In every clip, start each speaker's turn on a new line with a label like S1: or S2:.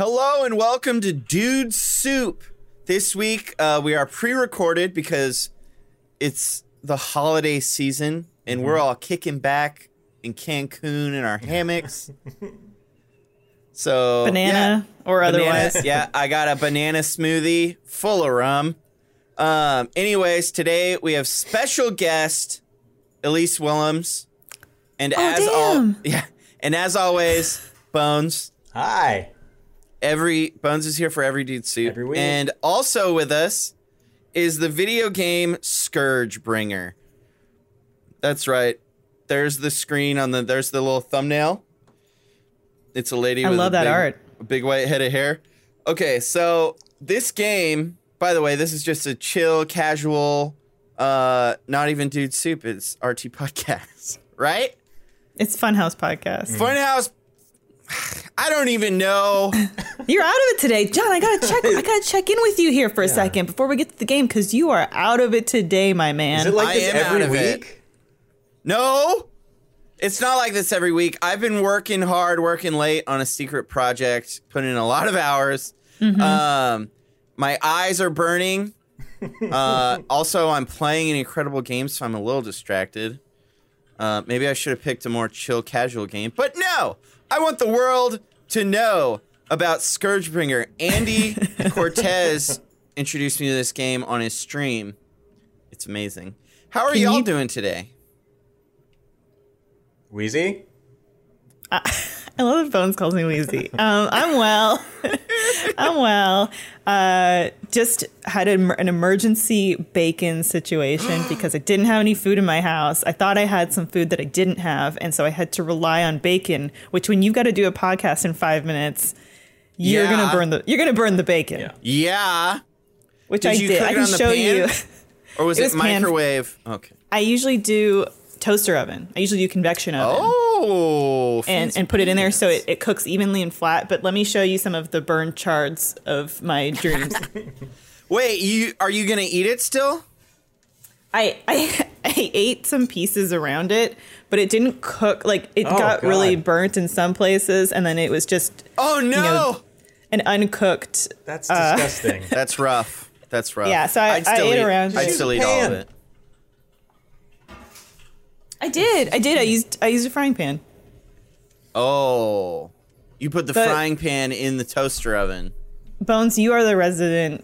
S1: Hello and welcome to Dude Soup. This week uh, we are pre-recorded because it's the holiday season and we're all kicking back in Cancun in our hammocks. so
S2: banana or
S1: yeah,
S2: otherwise.
S1: bananas. yeah, I got a banana smoothie full of rum. Um, anyways, today we have special guest Elise Willems, and as al-
S2: Oh, damn.
S1: yeah, and as always, Bones.
S3: Hi.
S1: Every Bones is here for every dude soup.
S3: Every week.
S1: And also with us is the video game Scourge Bringer. That's right. There's the screen on the there's the little thumbnail. It's a lady
S2: I
S1: with a
S2: love that
S1: big,
S2: art.
S1: a big white head of hair. Okay, so this game, by the way, this is just a chill, casual, uh, not even dude soup. It's RT podcast, right?
S2: It's Funhouse Podcast.
S1: Funhouse. I don't even know.
S2: You're out of it today. John, I gotta check I gotta check in with you here for a second before we get to the game because you are out of it today, my man.
S3: Is it like
S1: I
S3: this
S1: am out
S3: every
S1: of it.
S3: week?
S1: No, it's not like this every week. I've been working hard, working late on a secret project, putting in a lot of hours.
S2: Mm-hmm.
S1: Um, my eyes are burning. Uh, also, I'm playing an incredible game, so I'm a little distracted. Uh, maybe I should have picked a more chill, casual game, but no, I want the world to know about Scourgebringer. Andy Cortez introduced me to this game on his stream. It's amazing. How are
S2: Can
S1: y'all
S2: you-
S1: doing today?
S3: Wheezy?
S2: I love that Bones calls me Wheezy. Um, I'm well. I'm well. Uh, just had an an emergency bacon situation because I didn't have any food in my house. I thought I had some food that I didn't have, and so I had to rely on bacon. Which, when you've got to do a podcast in five minutes, you're
S1: Yeah.
S2: gonna burn the you're gonna burn the bacon.
S3: Yeah.
S1: Yeah.
S2: Which
S1: Did
S2: I
S1: you
S2: did.
S1: cook
S2: I
S1: it
S2: can
S1: on the
S2: show you.
S1: pan? Or was
S2: It
S1: it,
S2: was pan-
S1: microwave? Okay.
S2: I usually do toaster oven. I usually do convection oven.
S1: Oh.
S2: and,
S1: fancy
S2: and put it in there so
S1: pants.
S2: it, it cooks evenly and flat. But let me show you some of the burned chards of my dreams.
S1: Wait, you are you gonna eat it still?
S2: I, I I ate some pieces around it, but it didn't cook. Like it
S3: Oh,
S2: got really
S3: God.
S2: burnt in some places, and then it was just
S1: Oh no.
S2: know- an uncooked.
S3: That's
S1: Uh.
S3: disgusting.
S1: That's rough. That's rough.
S2: Yeah, so I-
S1: I'd still
S2: I ate
S1: eat,
S2: around
S1: I'd
S2: it.
S1: still eat all of
S3: Pan.
S1: it.
S2: I did. I did. I used I used a frying pan.
S1: Oh. You put the
S2: But-
S1: frying pan in the toaster oven.
S2: Bones, you are the resident.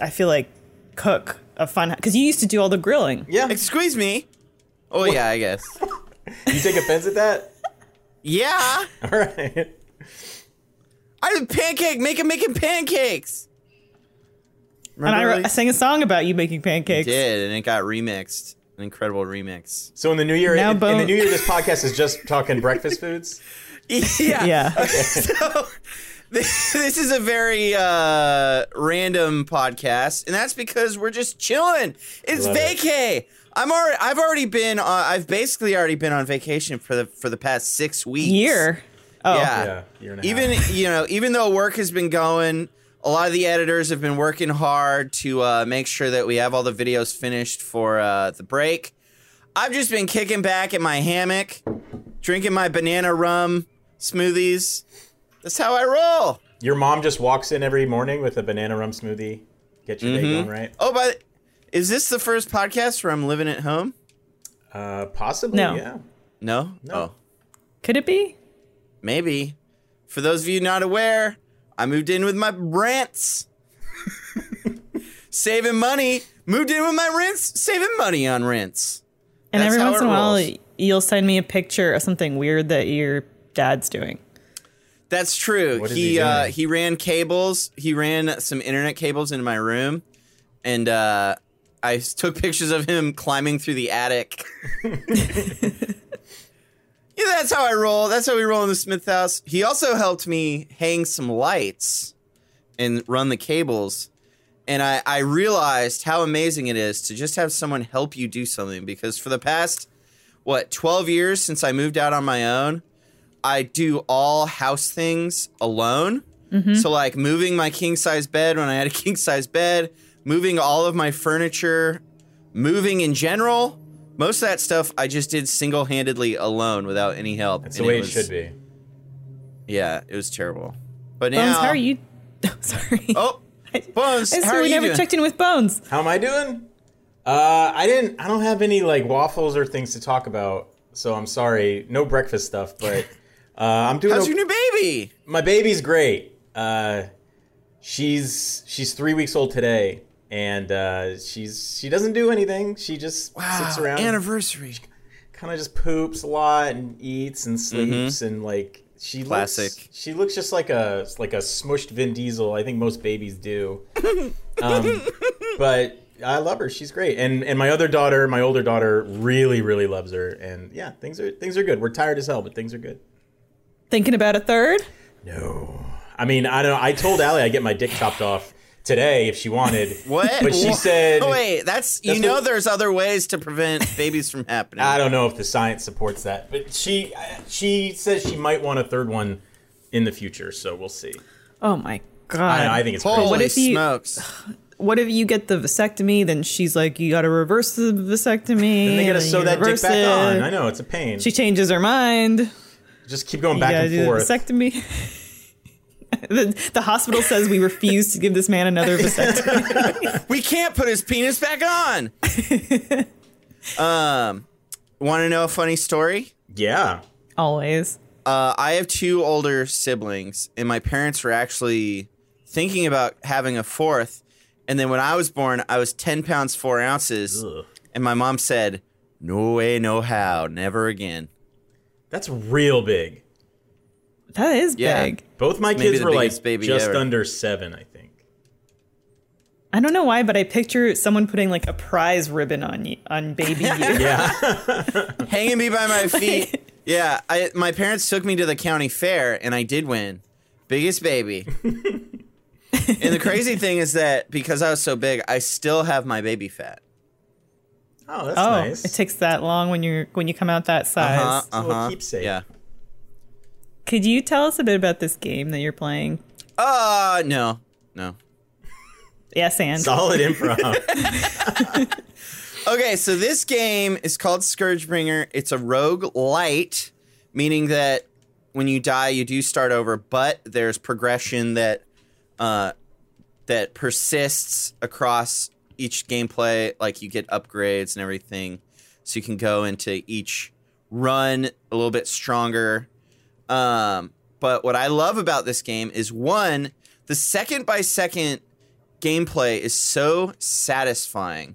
S2: I feel like cook of fun because you used to do all the grilling.
S3: yeah.
S1: Excuse me. Oh yeah, I guess.
S3: You take offense at that?
S1: Yeah.
S3: All right.
S1: I did pancake making making pancakes.
S2: And I,
S1: Remember
S2: wrote, I
S1: Elise?
S2: sang a song about you making
S1: I
S2: pancakes.
S1: did, and it got remixed. An incredible remix.
S3: So in the new year,
S2: Now
S3: in, in the
S2: bone-
S3: new year, this podcast is just talking breakfast foods.
S1: Yeah.
S2: Yeah.
S1: so this, this is a very uh, random podcast, and that's because we're just chilling. It's
S3: Love it.
S1: vacay. I'm already. I've already been. On, I've basically already been on vacation for the for the past six weeks.
S2: Year. Oh.
S1: Yeah.
S3: Yeah, year and a
S1: even
S3: half.
S1: you know, even though work has been going, a lot of the editors have been working hard to uh, make sure that we have all the videos finished for uh, the break. I've just been kicking back in my hammock, drinking my banana rum smoothies. That's how I roll.
S3: Your mom just walks in every morning with a banana rum smoothie. Get your day going right.
S1: Oh, but is this the first podcast where I'm living at home?
S3: Uh, possibly.
S2: No.
S3: Yeah.
S1: No. No. Oh,
S2: Could it be?
S1: maybe. For those of you not aware, I moved in with my rents. saving money. Moved in with my rents, saving money on rents.
S2: And
S1: That's
S2: every
S1: how
S2: once
S1: it
S2: in a while,
S1: rolls.
S2: you'll send me a picture of something weird that your dad's doing.
S1: That's true.
S3: What is
S1: he
S3: he
S1: uh,
S3: doing?
S1: he ran cables. He ran some internet cables into my room, and uh, I s- took pictures of him climbing through the attic. yeah, that's how I roll. That's how we roll in the Smith house. He also helped me hang some lights and run the cables. And I, I realized how amazing it is to just have someone help you do something because for the past, what, 12 years since I moved out on my own, I do all house things alone.
S2: Mm-hmm.
S1: So like moving my king size bed when I had a king size bed, moving all of my furniture, moving in general. Most of that stuff I just did single handedly alone without any help.
S3: That's
S1: And
S3: the way it
S1: was-
S3: should be.
S1: Yeah, it was terrible. But
S2: Bones,
S1: now,
S2: how are you? Sorry.
S1: Oh, Bones,
S2: I
S1: how
S2: swear
S1: are
S2: we
S1: you
S2: never
S1: doing?
S2: checked in with Bones.
S3: How am I doing? Uh, I didn't. I don't have any like waffles or things to talk about, so I'm sorry. No breakfast stuff, but uh, I'm doing.
S1: How's
S3: o-
S1: your new baby?
S3: my baby's great. Uh, she's she's three weeks old today, and uh, she's she doesn't do anything. She just sits around,
S1: Ah, anniversary.
S3: kind of just poops a lot and eats and sleeps and like she
S1: Classic.
S3: Looks, she looks just like a like a smushed Vin Diesel. I think most babies do. um, but I love her. She's great. And and my other daughter, my older daughter, really really loves her. And yeah, things are things are good. We're tired as hell, but things are good.
S2: Thinking about a third?
S3: No. I mean, I don't know. I told Allie I'd get my dick chopped off today if she wanted.
S1: What?
S3: But she
S1: Wha-
S3: said,
S1: Oh, "Wait, that's you
S3: That's
S1: know.
S3: what-
S1: there's other ways to prevent babies from happening."
S3: I don't know if the science supports that, but she she says she might want a third one in the future, so we'll see.
S2: Oh my
S3: I,
S2: god.
S3: don't know, I think it's
S1: Holy
S3: crazy.
S2: what if you-
S1: smokes!
S2: what if you get the vasectomy? Then she's like, you got to reverse the vasectomy.
S3: Then they gotta
S2: you
S3: sew that dick
S2: reverse
S3: back
S2: it.
S3: on. I know it's a pain.
S2: She changes her mind.
S3: Just keep going
S2: You
S3: back
S2: gotta
S3: and
S2: do
S3: forth.
S2: the vasectomy. the, the hospital says we refuse to give this man another vasectomy.
S1: We can't put his penis back on. um, want to know a funny story?
S3: yeah.
S2: Always.
S1: Uh, I have two older siblings, and my parents were actually thinking about having a fourth. And then when I was born, I was ten pounds four ounces,
S3: Ugh.
S1: and my mom said, "No way, no how, never again."
S3: That's real big.
S2: That is
S1: Yeah.
S2: big.
S3: Both my
S1: Maybe
S3: kids
S1: the
S3: were
S1: biggest
S3: like
S1: baby
S3: just
S1: ever.
S3: under seven, I think.
S2: I don't know why, but I picture someone putting like a prize ribbon on you, on baby you.
S3: Yeah.
S1: hanging me by my feet. Yeah, I, my parents took me to the county fair, and I did win, biggest baby. and the crazy thing is that because I was so big, I still have my baby fat.
S3: oh, that's
S2: oh,
S3: nice.
S2: it takes that long when you're when you come out that size.
S1: Uh
S3: a little keepsake.
S1: Yeah.
S2: Could you tell us a bit about this game that you're playing?
S1: Uh no, no.
S2: Yes, and
S3: Solid improv.
S1: Okay, so this game is called Scourgebringer. It's a rogue light, meaning that when you die, you do start over, but there's progression that uh, that persists across each gameplay. Like you get upgrades and everything, so you can go into each run a little bit stronger. Um, but what I love about this game is one, the second by second gameplay is so satisfying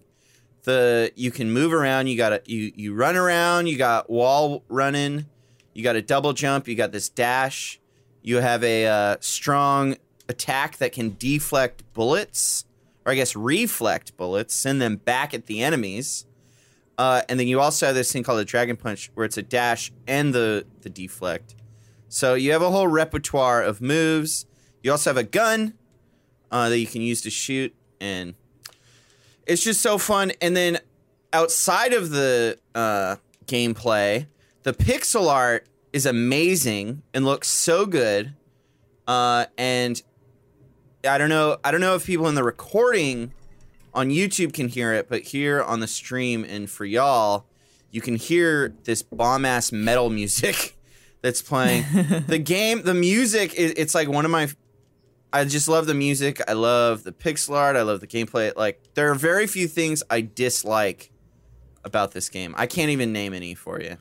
S1: the you can move around you gotta you you run around you got wall running you got a double jump you got this dash you have a uh, strong attack that can deflect bullets or i guess reflect bullets send them back at the enemies uh, and then you also have this thing called a dragon punch where it's a dash and the the deflect so you have a whole repertoire of moves you also have a gun uh, that you can use to shoot and it's just so fun. And then outside of the uh, gameplay, the pixel art is amazing and looks so good. Uh, and I don't know, I don't know if people in the recording on YouTube can hear it, but here on the stream and for y'all, you can hear this bomb ass metal music that's playing. the game, the music, it, it's like one of my I just love the music. I love the pixel art. I love the gameplay. Like there are very few things I dislike about this game. I can't even name any for you.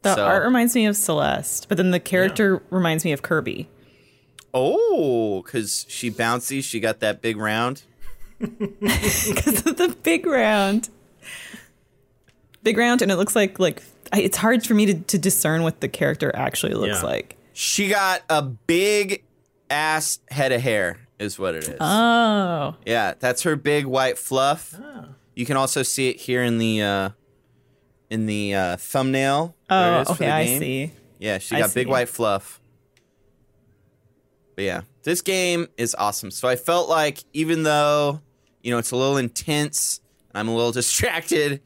S2: the
S1: so-
S2: art reminds me of Celeste, but then the character reminds me of Kirby.
S1: Oh, because she bouncy. She got that big round.
S2: because of the big round. Big round, and it looks like like I, it's hard for me to, to discern what the character actually looks
S3: Yeah.
S2: like.
S1: She got a big ass head of hair. Is what it is.
S2: Oh,
S1: Yeah, that's her big white fluff.
S3: Oh.
S1: You can also see it here in the uh, in the uh, thumbnail. There it
S2: oh,
S1: is for
S2: okay,
S1: the
S2: I
S1: game.
S2: see.
S1: Yeah, she
S2: I
S1: got big
S2: see.
S1: white fluff. But yeah, this game is awesome. So I felt like even though, you know, it's a little intense, I'm a little distracted,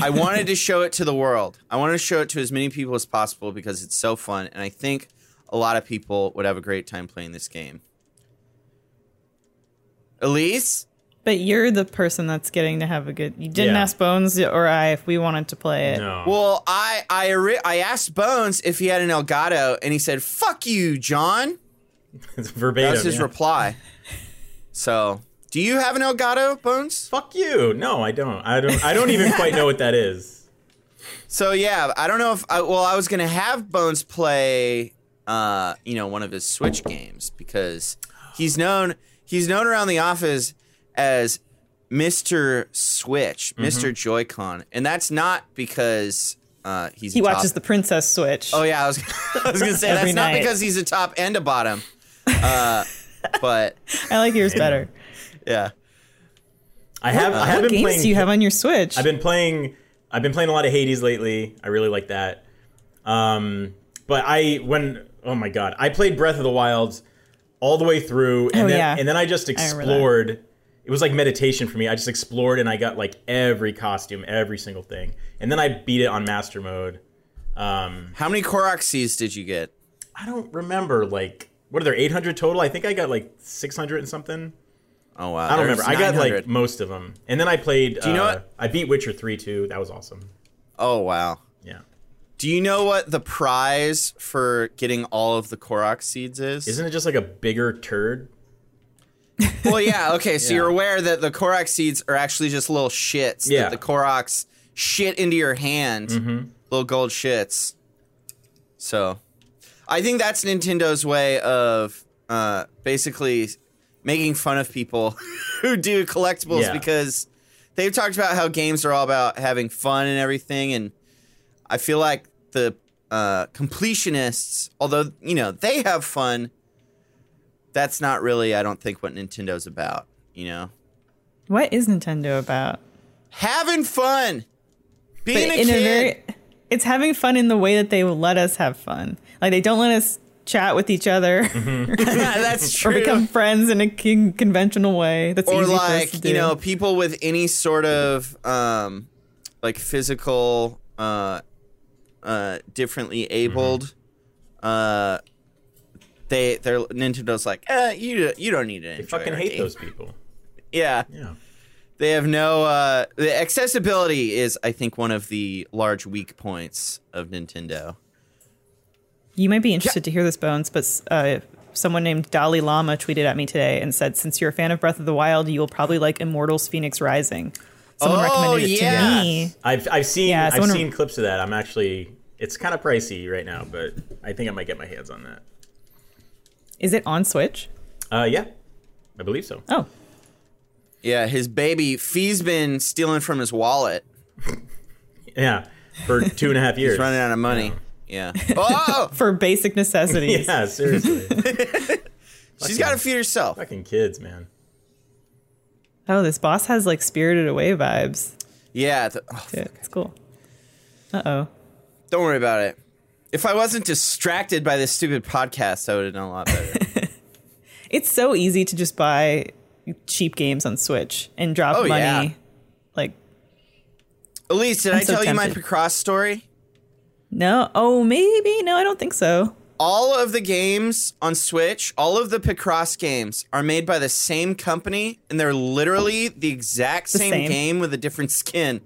S1: I wanted to show it to the world. I wanted to show it to as many people as possible because it's so fun and I think a lot of people would have a great time playing this game. Elise?
S2: But you're the person that's getting to have a good. You didn't
S3: Yeah.
S2: ask Bones or I if we wanted to play it.
S3: No.
S1: Well, I I ori- I asked Bones if he had an Elgato and he said, "Fuck you, John."
S3: It's verbatim.
S1: That was his
S3: yeah.
S1: reply. So, do you have an Elgato, Bones?
S3: Fuck you. No, I don't. I don't. I don't even quite know what that is.
S1: So yeah, I don't know if I, well, I was gonna have Bones play, uh, you know, one of his Switch games because he's known he's known around the office as Mister Switch, Mister Joy-Con, and that's not because uh, he's
S2: He
S1: a
S2: watches
S1: top-
S2: the Princess Switch.
S1: Oh yeah, I was, I was gonna say
S2: Every
S1: that's not
S2: night.
S1: because he's a top and a bottom, uh, but
S2: I like yours better.
S1: yeah.
S3: I have. I have
S2: What
S3: been
S2: games
S3: playing.
S2: do you have on your Switch?
S3: I've been playing. I've been playing a lot of Hades lately. I really like that. Um, but I when oh my god, I played Breath of the Wild all the way through, and
S2: Oh,
S3: then
S2: yeah.
S3: and then I just
S2: remember that.
S3: explored. It was like meditation for me. I just explored and I got like every costume, every single thing, and then I beat it on Master Mode. Um,
S1: How many Koroxes did you get?
S3: I don't remember like what are there 800 total? I think I got like 600 and something.
S1: Oh wow,
S3: I don't
S1: there's
S3: remember. I got
S1: 900.
S3: like most of them, and then I played.
S1: you know
S3: uh,
S1: what-
S3: I beat Witcher three too. That was awesome.
S1: oh wow.
S3: Yeah.
S1: Do you know what the prize for getting all of the Korok seeds is?
S3: Isn't it just like a bigger turd?
S1: Well, yeah. Okay, so
S3: Yeah.
S1: you're aware that the Korok seeds are actually just little shits.
S3: Yeah.
S1: That the Koroks shit into your hand, little gold shits. So, I think that's Nintendo's way of uh, basically making fun of people who do collectibles
S3: Yeah.
S1: because they've talked about how games are all about having fun and everything, and I feel like the uh, completionists, although you know they have fun, that's not really, I don't think, what Nintendo's about. You know,
S2: what is Nintendo about?
S1: having fun,
S2: But
S1: being a kid.
S2: it's having fun in the way that they let us have fun. Like they don't let us chat with each other
S3: Mm-hmm.
S1: that's
S2: or
S1: true.
S2: become friends in a con- conventional way. That's
S1: or
S2: easy for us to
S1: like
S2: do.
S1: you know people with any sort of um like physical uh uh differently
S2: Mm-hmm.
S1: abled uh they they're nintendo's like eh, you you don't need to
S3: I fucking hate those people.
S1: yeah
S3: Yeah.
S1: they have no uh the accessibility is i think one of the large weak points of nintendo
S2: You might be interested to hear this, Bones, but uh, someone named Dalai Lama tweeted at me today and said, "Since you're a fan of Breath of the Wild, you will probably like Immortals: Phoenix Rising." Someone
S1: Oh,
S2: recommended it
S1: yeah.
S2: to me.
S3: I've I've seen
S2: Yeah,
S3: I've
S2: someone-
S3: seen clips of that. I'm actually it's kind of pricey right now, but I think I might get my hands on that.
S2: Is it on Switch?
S3: Uh, yeah, I believe so.
S2: Oh,
S1: yeah his baby fee's been stealing from his wallet
S3: Yeah, for two and a half years.
S1: he's running out of money yeah oh
S2: for basic necessities.
S3: yeah, seriously,
S1: she's got to feed herself
S3: fucking kids, man.
S2: Oh, this boss has like Spirited Away vibes.
S1: yeah th- oh,
S2: Yeah, it's cool. Uh oh.
S1: Don't worry about it. If I wasn't distracted by this stupid podcast, I would have done a lot better.
S2: It's so easy to just buy cheap games on Switch and drop
S1: Oh,
S2: money.
S1: yeah.
S2: Like,
S1: Elise, did i
S2: I'm so
S1: tell you my
S2: tempted.
S1: Picross story?
S2: no. Oh, maybe. No, I don't think so.
S1: All of the games on Switch, all of the Picross games are made by the same company, and they're literally the exact same,
S2: same.
S1: game with a different skin.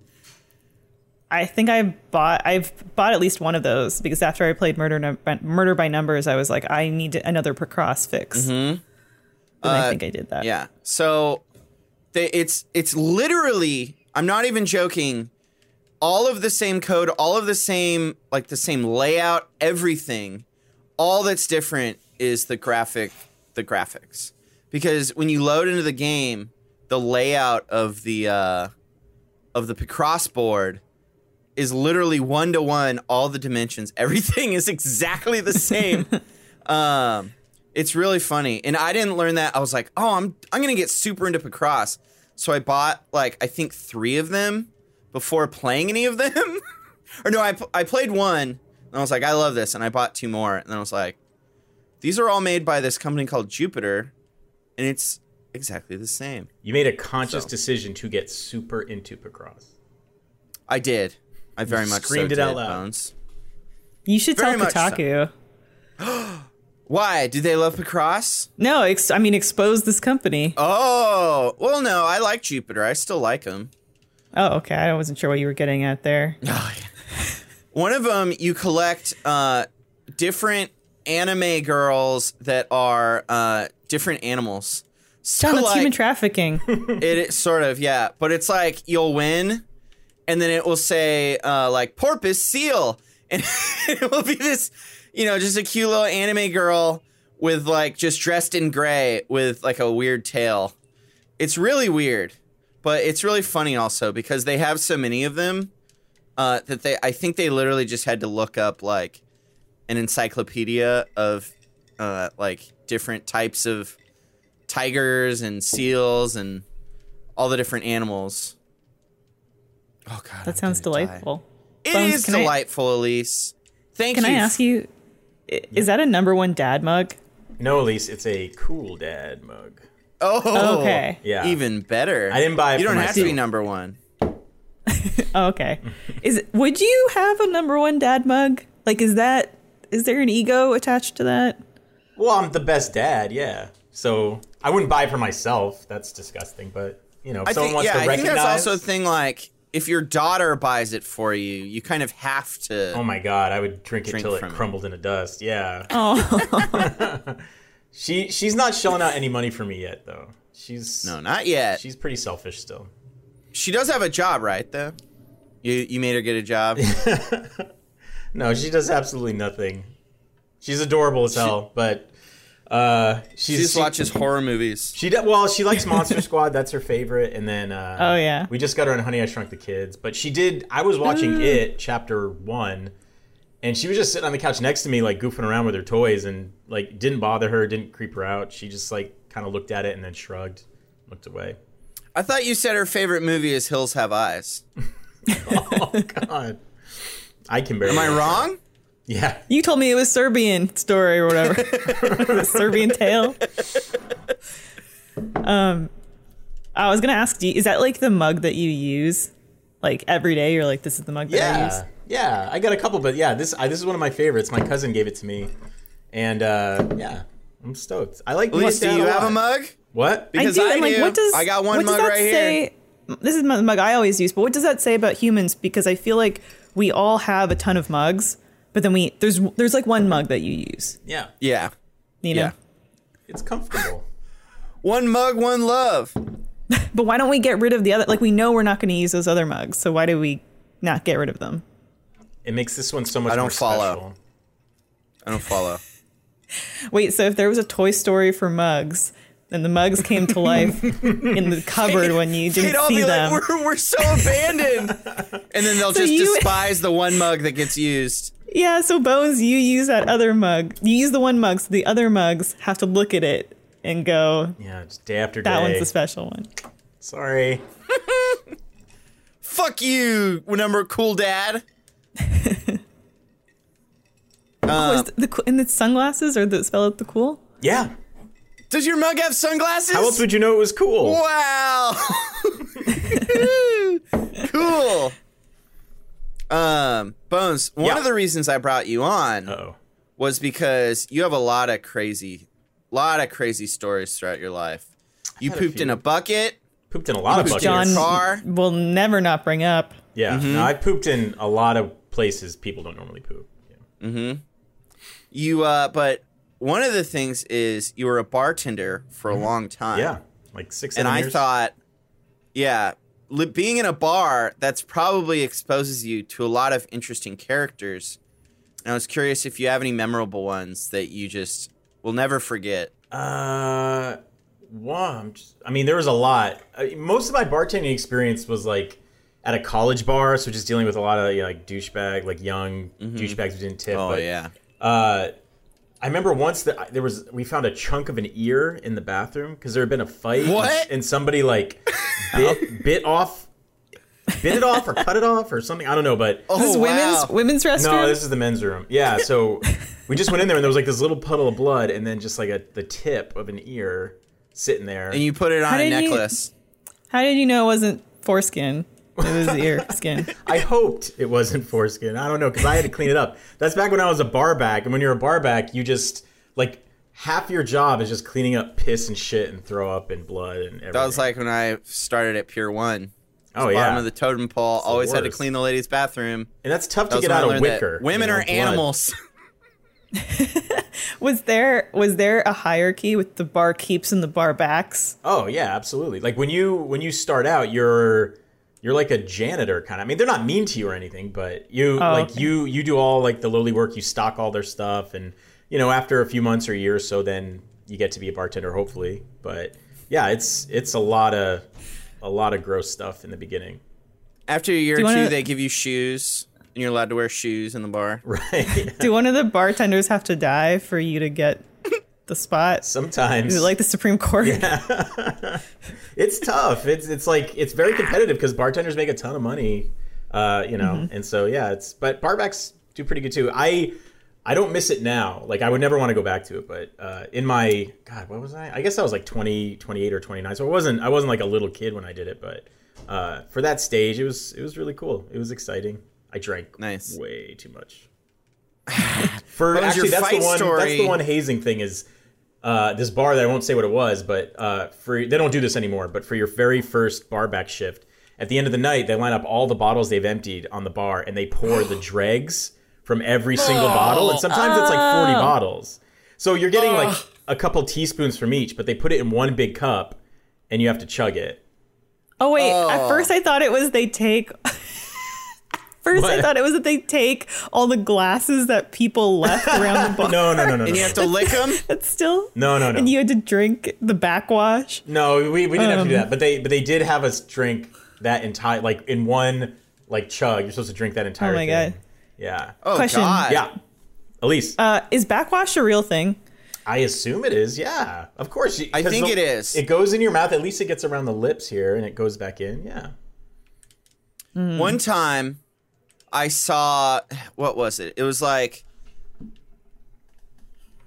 S2: I think I bought I've bought at least one of those because after I played Murder Num- Murder by Numbers, I was like, I need another Procross fix. And I think I did
S1: Mm-hmm.
S2: that.
S1: Uh, Yeah. So they, it's it's literally I'm not even joking. All of the same code, all of the same like the same layout, everything. All that's different is the graphic, the graphics. Because when you load into the game, the layout of the uh, of the Picross board is literally one to one. All the dimensions, everything is exactly the same. Um, it's really funny, and I didn't learn that. I was like, oh, I'm I'm gonna get super into Picross, so I bought like I think three of them before playing any of them, or no, I p- I played one, and I was like, I love this, and I bought two more, and then I was like, these are all made by this company called Jupiter, and it's exactly the same.
S3: You made a conscious
S1: So.
S3: decision to get super into Picross.
S1: I did, I very much so
S3: screamed it out
S1: did,
S3: loud.
S1: Bones.
S2: You should tell
S1: Very much so.
S2: Kotaku.
S1: Why do they love Picross?
S2: No, ex- I mean expose this company.
S1: Oh, well, no, I like Jupiter. I still like them.
S2: Oh, okay. I wasn't sure what you were getting at there.
S1: One of them, you collect uh, different anime girls that are uh, different animals. So
S2: John, that's
S1: like,
S2: human trafficking.
S1: it is sort of yeah, but it's like you'll win, and then it will say uh, like porpoise seal, and it will be this, you know, just a cute little anime girl with like just dressed in gray with like a weird tail. It's really weird, but it's really funny also because they have so many of them uh, that they I think they literally just had to look up like an encyclopedia of uh, like different types of tigers and seals and all the different animals. Oh god,
S2: That sounds delightful.
S1: It is
S2: Bones, can I-
S1: delightful, Elise. Thank
S2: Can
S1: you.
S2: I ask you, i- is that a number one dad mug?
S3: No, Elise, it's a cool dad mug.
S1: Oh,
S2: Okay.
S3: Yeah.
S1: even better.
S3: I didn't buy it
S1: You
S3: for
S1: don't have to be
S3: myself.
S1: number one.
S2: Oh, okay. Is would you have a number one dad mug? Like, is that is there an ego attached to that?
S3: Well, I'm the best dad, yeah. So I wouldn't buy it for myself. That's disgusting. But you know, if
S1: I
S3: someone
S1: think,
S3: wants
S1: yeah,
S3: to
S1: I think
S3: recognize.
S1: that's also a thing. Like, if your daughter buys it for you, you kind of have to.
S3: oh my god, I would drink it
S1: Drink
S3: till it
S1: from it.
S3: crumbled into dust. Yeah.
S2: Oh,
S3: She she's not shelling out any money for me yet, though. She's
S1: no, not yet.
S3: she's pretty selfish still.
S1: She does have a job, right? Though, you you made her get a job.
S3: No, she does absolutely nothing. She's adorable as hell, but uh, she's
S1: She just
S3: she-
S1: watches horror movies.
S3: She did, well, she likes Monster Squad. That's her favorite. And then uh,
S2: Oh, yeah. Mm.
S3: we just got her on Honey I Shrunk the Kids. But she did. I was watching it chapter one, and she was just sitting on the couch next to me, like goofing around with her toys, and like didn't bother her, didn't creep her out. She just like kind of looked at it and then shrugged, looked away.
S1: I thought you said her favorite movie is Hills Have Eyes.
S3: Oh God, I can barely.
S1: Am I wrong?
S3: Yeah,
S2: you told me it was Serbian story or whatever, The Serbian tale. Um, I was gonna ask, do you, is that like the mug that you use, like every day? You're like, this is the mug that I use.
S3: yeah, yeah. I got a couple, but yeah, this I, this is one of my favorites. My cousin gave it to me, and uh, yeah, I'm stoked. I like.
S1: Elise,
S3: Must
S1: do
S3: Dad
S1: you
S3: a
S1: have a
S3: lot.
S1: mug?
S3: What?
S1: Because
S2: I do. I'm like,
S1: do.
S2: what does
S1: I got one
S2: what does
S1: mug
S2: that
S1: right here.
S2: say? This is the mug I always use, but what does that say about humans? Because I feel like we all have a ton of mugs, but then we there's there's like one mug that you use.
S3: Yeah,
S1: Yeah.
S2: You know,
S1: Yeah.
S3: it's comfortable.
S1: One mug, one love.
S2: but why don't we get rid of the other? Like we know we're not going to use those other mugs, so why do we not get rid of them?
S3: It makes this one so much.
S1: I don't
S3: more
S1: follow.
S3: Special.
S1: I don't follow.
S2: Wait, so if there was a Toy Story for mugs. And the mugs came to life in the cupboard when you
S1: They'd
S2: didn't
S1: all
S2: see
S1: be
S2: them.
S1: like, we're, we're so abandoned. and then they'll just
S2: you-
S1: despise the one mug that gets used.
S2: yeah, so Bones, you use that other mug. You use the one mug, so the other mugs have to look at it and go,
S3: Yeah, it's day after day.
S2: That one's the special one.
S3: Sorry.
S1: Fuck you, number cool dad.
S2: oh, is the, the, and the sunglasses or the spell out the cool?
S3: Yeah.
S1: Does your mug have sunglasses?
S3: How else would you know it was cool?
S1: Wow. cool. Um, Bones, one
S3: Yeah.
S1: of the reasons I brought you on
S3: Oh,
S1: was because you have a lot of crazy, lot of crazy stories throughout your life. You
S3: had a
S1: pooped in
S3: few.
S1: a bucket.
S3: pooped in a lot of
S1: Pooped
S3: buckets.
S1: in your
S2: John-
S1: car.
S2: We'll never not bring up.
S3: Yeah.
S1: Mm-hmm.
S3: No, I pooped in a lot of places people don't normally poop. Yeah.
S1: You, uh, but one of the things is you were a bartender for a long time.
S3: Mm-hmm. Yeah, Like six.
S1: and
S3: seven
S1: I
S3: years.
S1: thought, yeah, li- being in a bar that's probably exposes you to a lot of interesting characters. And I was curious if you have any memorable ones that you just will never forget.
S3: Uh, wow. I'm just, I mean, there was a lot. Uh, most of my bartending experience was like at a college bar, so just dealing with a lot of you know, like douchebag, like young douchebags who didn't tip.
S1: Oh
S3: but
S1: yeah,
S3: Uh, I remember once that there was we found a chunk of an ear in the bathroom because there had been a fight.
S1: What?
S3: And, somebody like bit, bit off, bit it off, or cut it off, or something. I don't know, but
S1: oh
S2: This is
S1: wow.
S2: women's women's restroom.
S3: no, this is the men's room. Yeah, so we just went in there and there was like this little puddle of blood, and then just like a the tip of an ear sitting there.
S1: and you put it on a
S2: did you-
S1: necklace.
S2: How did you know it wasn't foreskin? It was the ear skin.
S3: I hoped it wasn't foreskin. I don't know because I had to clean it up. That's back when I was a bar back, and when you're a bar back, you just like half your job is just cleaning up piss and shit and throw up and blood and everything.
S1: That was like when I started at Pier One.
S3: oh
S1: Bottom
S3: yeah,
S1: of the totem pole. Always had to
S3: worst.
S1: clean the ladies' bathroom.
S3: and that's tough
S1: That
S3: to
S1: was
S3: get
S1: when I
S3: out of
S1: learned that
S3: wicker.
S1: Women
S3: you know,
S1: are
S3: blood.
S1: animals.
S2: was there was there a hierarchy with the bar keeps and the bar backs?
S3: Oh yeah, absolutely. Like when you when you start out, you're you're like a janitor kind of. I mean, they're not mean to you or anything, but you like
S2: Oh, okay.
S3: you you do all like the lowly work. You stock all their stuff, and you know after a few months or a year or so, then you get to be a bartender, hopefully. But yeah, it's it's a lot of a lot of gross stuff in the beginning,
S1: After a year or
S2: Do you
S1: two,
S2: wanna-
S1: they give you shoes, and you're allowed to wear shoes in the bar.
S3: right?
S2: Do one of the bartenders have to die for you to get the spot?
S3: Sometimes
S2: Is it like the Supreme Court?
S3: it's tough. It's it's like it's very competitive because bartenders make a ton of money, uh, you know. And so yeah, it's but barbacks do pretty good too. I I don't miss it now. Like I would never want to go back to it, but uh, in my God, what was I? I guess I was like 20, 28 or twenty nine. So I wasn't I wasn't like a little kid when I did it, but uh, for that stage, it was it was really cool. It was exciting. I drank
S1: Nice.
S3: way too much. For
S1: What was
S3: actually,
S1: your
S3: that's the
S1: fight
S3: one. That's the
S1: story?
S3: one hazing thing is uh, this bar that I won't say what it was, but uh, for they don't do this anymore. But for your very first bar back shift, at the end of the night, they line up all the bottles they've emptied on the bar, and they pour the dregs from every single bottle. And sometimes it's like
S1: Oh.
S3: forty bottles, so you're getting like a couple teaspoons from each, but they put it in one big cup, and you have to chug it.
S2: Oh wait, at
S1: Oh.
S2: first I thought it was they take First I
S3: What?
S2: thought it was that they take all the glasses that people left around the bar.
S3: No, no, no, no,
S1: And you
S3: no,
S1: have to lick them.
S2: That's still
S3: no, no, no.
S2: And you had to drink the backwash.
S3: No, we, we didn't have to
S2: Um.
S3: do that. But they but they did have us drink that entire like in one like chug. You're supposed to drink that entire.
S2: Oh my
S3: thing.
S2: God.
S3: Yeah.
S1: Oh
S2: Question.
S1: God.
S3: Yeah. Elise,
S2: Uh, is backwash a real thing?
S3: I assume it is. Yeah, of course. you-
S1: I
S3: 'cause
S1: think
S3: the-
S1: it is.
S3: It goes in your mouth. At least it gets around the lips here, and it goes back in. Yeah.
S2: Hmm.
S1: One time, I saw what was it? It was like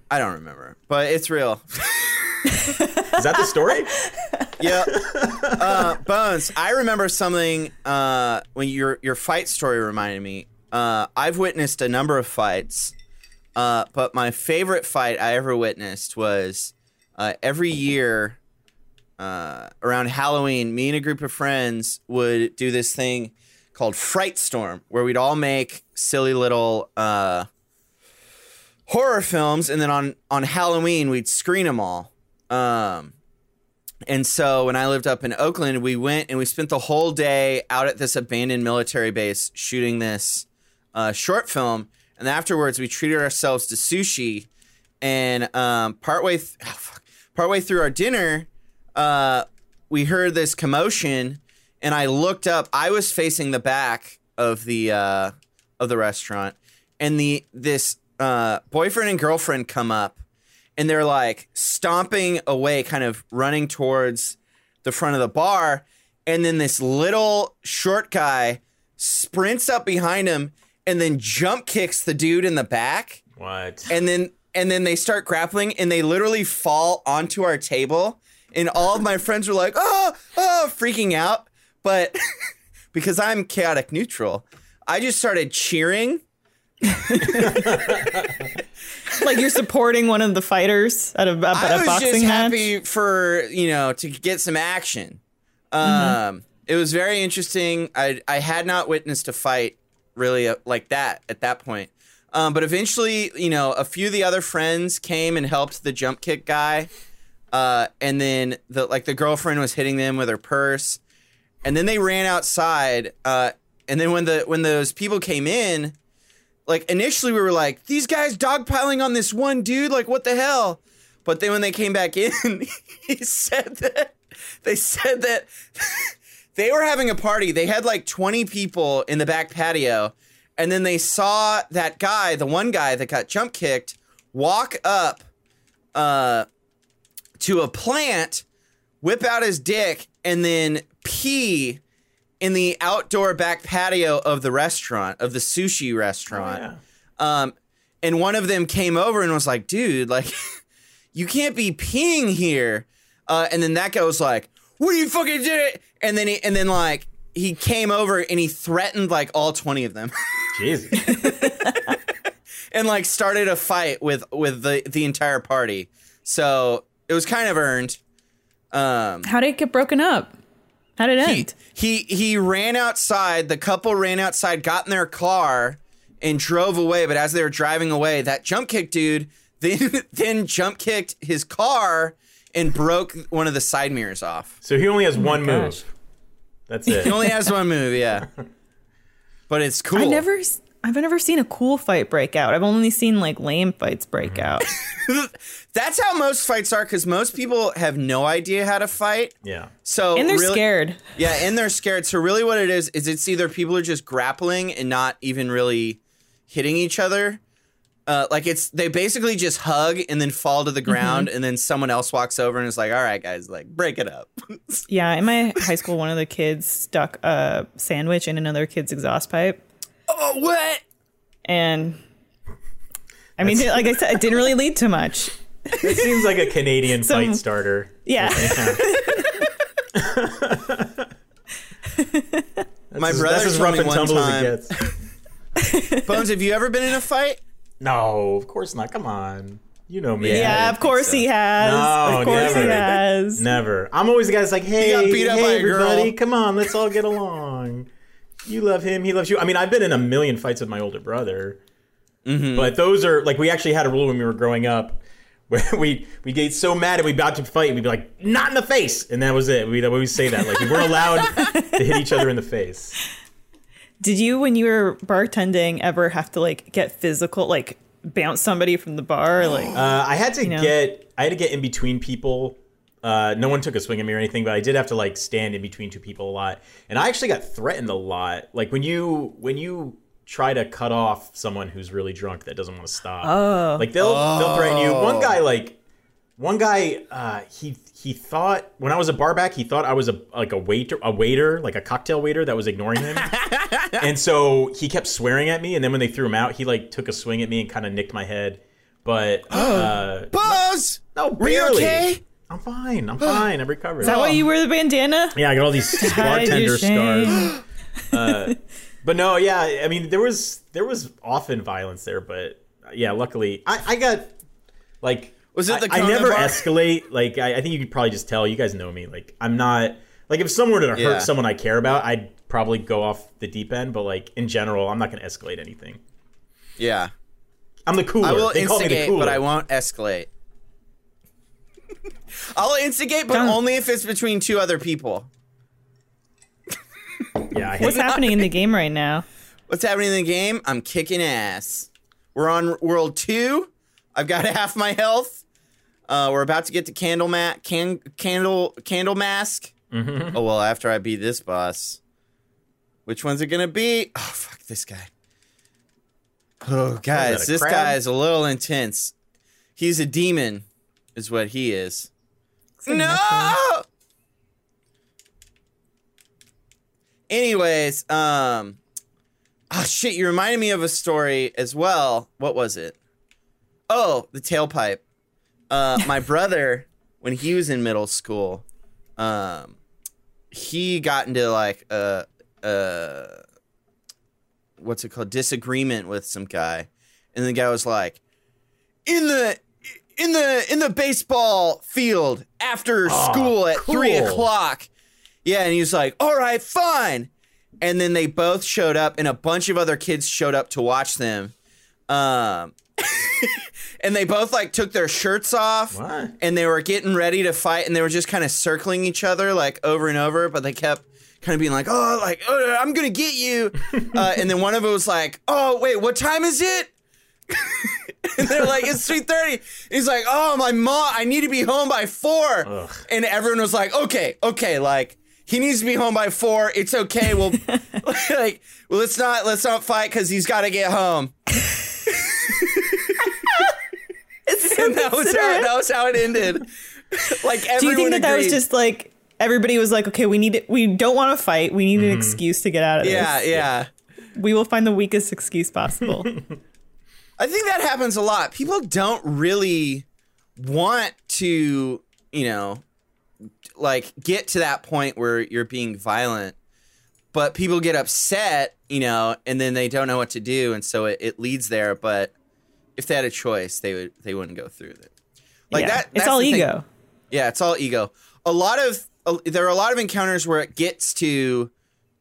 S1: I don't remember, but it's real.
S3: Is that the story?
S1: yeah. Uh, Bones, I remember something uh, when your your fight story reminded me. Uh, I've witnessed a number of fights, uh, but my favorite fight I ever witnessed was uh, every year uh, around Halloween. Me and a group of friends would do this thing called Fright Storm, where we'd all make silly little. Uh, horror films and then on on halloween we'd screen them all um and so when I lived up in Oakland, we went and we spent the whole day out at this abandoned military base shooting this uh, short film. And afterwards, we treated ourselves to sushi. And um, partway, th- oh, fuck. partway through our dinner, uh, we heard this commotion, and I looked up. I was facing the back of the uh, of the restaurant, and the this uh, boyfriend and girlfriend come up, and they're like stomping away, kind of running towards the front of the bar. And then this little short guy sprints up behind him and then jump kicks the dude in the back.
S3: What?
S1: And then and then they start grappling and they literally fall onto our table. And all of my friends were like, oh, oh, freaking out. But because I'm chaotic neutral, I just started cheering.
S2: Like you're supporting one of the fighters at a, at
S1: I
S2: a
S1: was
S2: boxing
S1: just
S2: match?
S1: happy for you know to get some action. Um,
S2: Mm-hmm.
S1: It was very interesting. I I had not witnessed a fight really uh, like that at that point. Um, but eventually, you know, a few of the other friends came and helped the jump kick guy, uh, and then the like the girlfriend was hitting them with her purse, and then they ran outside. Uh, and then when the when those people came in, like initially we were like these guys dogpiling on this one dude like what the hell but then when they came back in he said that they said that they were having a party they had like 20 people in the back patio and then they saw that guy the one guy that got jump kicked walk up uh to a plant whip out his dick and then pee in the outdoor back patio of the restaurant of the sushi restaurant
S3: Oh, Yeah.
S1: um, and one of them came over and was like, dude, like, you can't be peeing here. Uh, and then that guy was like, what you fucking did it? And then he, and then like, he came over and he threatened like all 20 of them
S3: Jeez.
S1: and like started a fight with, with the, the entire party. So it was kind of earned. Um,
S2: How did it get broken up? How did it end?
S1: he he ran outside. The couple ran outside, got in their car, and drove away. But as they were driving away, that jump kick dude Then then jump kicked his car and broke one of the side mirrors off.
S3: So he only has one
S2: Oh gosh.
S3: move. That's it.
S1: He only has one move, yeah. But it's cool.
S2: I never. s- I've never seen a cool fight break out. I've only seen like lame fights break out.
S1: That's how most fights are because most people have no idea how to fight.
S3: yeah.
S1: So
S2: And they're
S1: really-
S2: scared.
S1: Yeah, and they're scared. So really, what it is is it's either people are just grappling and not even really hitting each other. Uh, like it's they basically just hug and then fall to the ground, and then someone else walks over and is like, "All right, guys, like break it up."
S2: Yeah, in my high school, one of the kids stuck a sandwich in another kid's exhaust pipe,
S1: oh, what?
S2: and I mean, like I said, it didn't really lead to much.
S3: It seems like a Canadian
S2: Some-
S3: fight starter.
S2: Yeah,
S1: My
S3: That's
S1: brother
S3: as
S1: told
S3: rough
S1: me
S3: and
S1: one
S3: tumble
S1: time.
S3: as it gets.
S1: Bones, have you ever been in a fight?
S3: No, of course not. Come on. You know me.
S2: yeah.
S1: didn't
S2: of
S1: think
S2: course
S1: so.
S2: he has.
S3: No,
S2: of course he
S3: never.
S2: has.
S3: Never. I'm always the guy that's like, hey,
S1: got beat up
S3: hey,
S1: by a girl."
S3: everybody, come on, let's all get along. You love him, he loves you. I mean, I've been in a million fights with my older brother,
S1: Mm-hmm.
S3: but those are like we actually had a rule when we were growing up where we we get so mad and we about to fight, and we'd be like, not in the face, and that was it. We'd always say that like we weren't allowed to hit each other in the face.
S2: Did you, when you were bartending, ever have to like get physical, like bounce somebody from the bar? Like,
S3: Uh, I had to
S2: know.
S3: get I had to get in between people. Uh, no one took a swing at me or anything, but I did have to like stand in between two people a lot, and I actually got threatened a lot. Like when you when you try to cut off someone who's really drunk that doesn't want to stop, like they'll they'll threaten you. One guy like one guy uh, he he thought when I was a bar back he thought I was a like a waiter a waiter like a cocktail waiter that was ignoring him, and so he kept swearing at me. And then when they threw him out, he like took a swing at me and kind of nicked my head. But uh,
S1: Bones,
S3: no,
S1: were you
S3: barely.
S1: okay?
S3: I'm fine. I'm fine. I'm recovered.
S2: is that why you wear the bandana?
S3: yeah, I got all these
S2: Hide your
S3: Oh. bartender
S2: shame.
S3: scars. But no, yeah, I mean there was there was often violence there, but uh, yeah, luckily I, I got like
S1: Was it
S3: I-
S1: the
S3: I,
S1: Conan
S3: never
S1: bar?
S3: escalate. Like I, I think you could probably just tell. You guys know me. Like I'm not like if someone were to hurt
S1: Yeah.
S3: someone I care about, I'd probably go off the deep end. But like in general, I'm not gonna escalate anything.
S1: Yeah,
S3: I'm the cooler.
S1: I will
S3: they call me the
S1: instigate,
S3: cooler.
S1: but I won't escalate. I'll instigate, but
S2: Don't-
S1: only if it's between two other people.
S3: Yeah, I hate
S2: What's happening in the game right now?
S1: What's happening in the game? I'm kicking ass. We're on world two. I've got half my health. Uh, we're about to get to candle ma- can- candle candle mask.
S3: Mm-hmm.
S1: Oh well, after I beat this boss, which one's it gonna be? Oh fuck, this guy. Oh
S3: a
S1: guys, this
S3: crab?
S1: guy is a little intense. He's a demon, is what he is. No. Anyways, um, oh shit, you reminded me of a story as well. What was it? Oh, the tailpipe. Uh, my brother, when he was in middle school, um, he got into like a, a what's it called disagreement with some guy, and the guy was like, in the in the in the baseball field after school at three
S3: cool.
S1: o'clock. Yeah, and he was like, all right, fine. And then they both showed up, and a bunch of other kids showed up to watch them. Um, and they both like took their shirts off
S3: What?
S1: and they were getting ready to fight and they were just kind of circling each other like over and over but they kept kind of being like oh like oh, i'm gonna get you uh, and then one of them was like oh wait what time is it and they're like it's 3.30 he's like oh my mom i need to be home by 4
S3: Ugh.
S1: and everyone was like okay okay like he needs to be home by 4 it's okay well like well, let's not let's not fight because he's got to get home
S2: It's so
S1: and that was how,
S2: considerate.
S1: that was how it ended like everyone
S2: Do you think that that was
S1: agreed.
S2: just like everybody was like, okay, we need it. We don't want to fight. We need an excuse to get out of
S1: yeah
S2: this.
S1: yeah
S2: We will find the weakest excuse possible.
S1: I think that happens a lot. People don't really want to, you know, like get to that point where you're being violent, but people get upset, you know, and then they don't know what to do, and so it, it leads there. But if they had a choice, they would they wouldn't go through it. Like
S2: Yeah.
S1: that.
S2: it's
S1: that's
S2: all
S1: the thing.
S2: ego.
S1: Yeah, it's all ego. A lot of uh, there are a lot of encounters where it gets to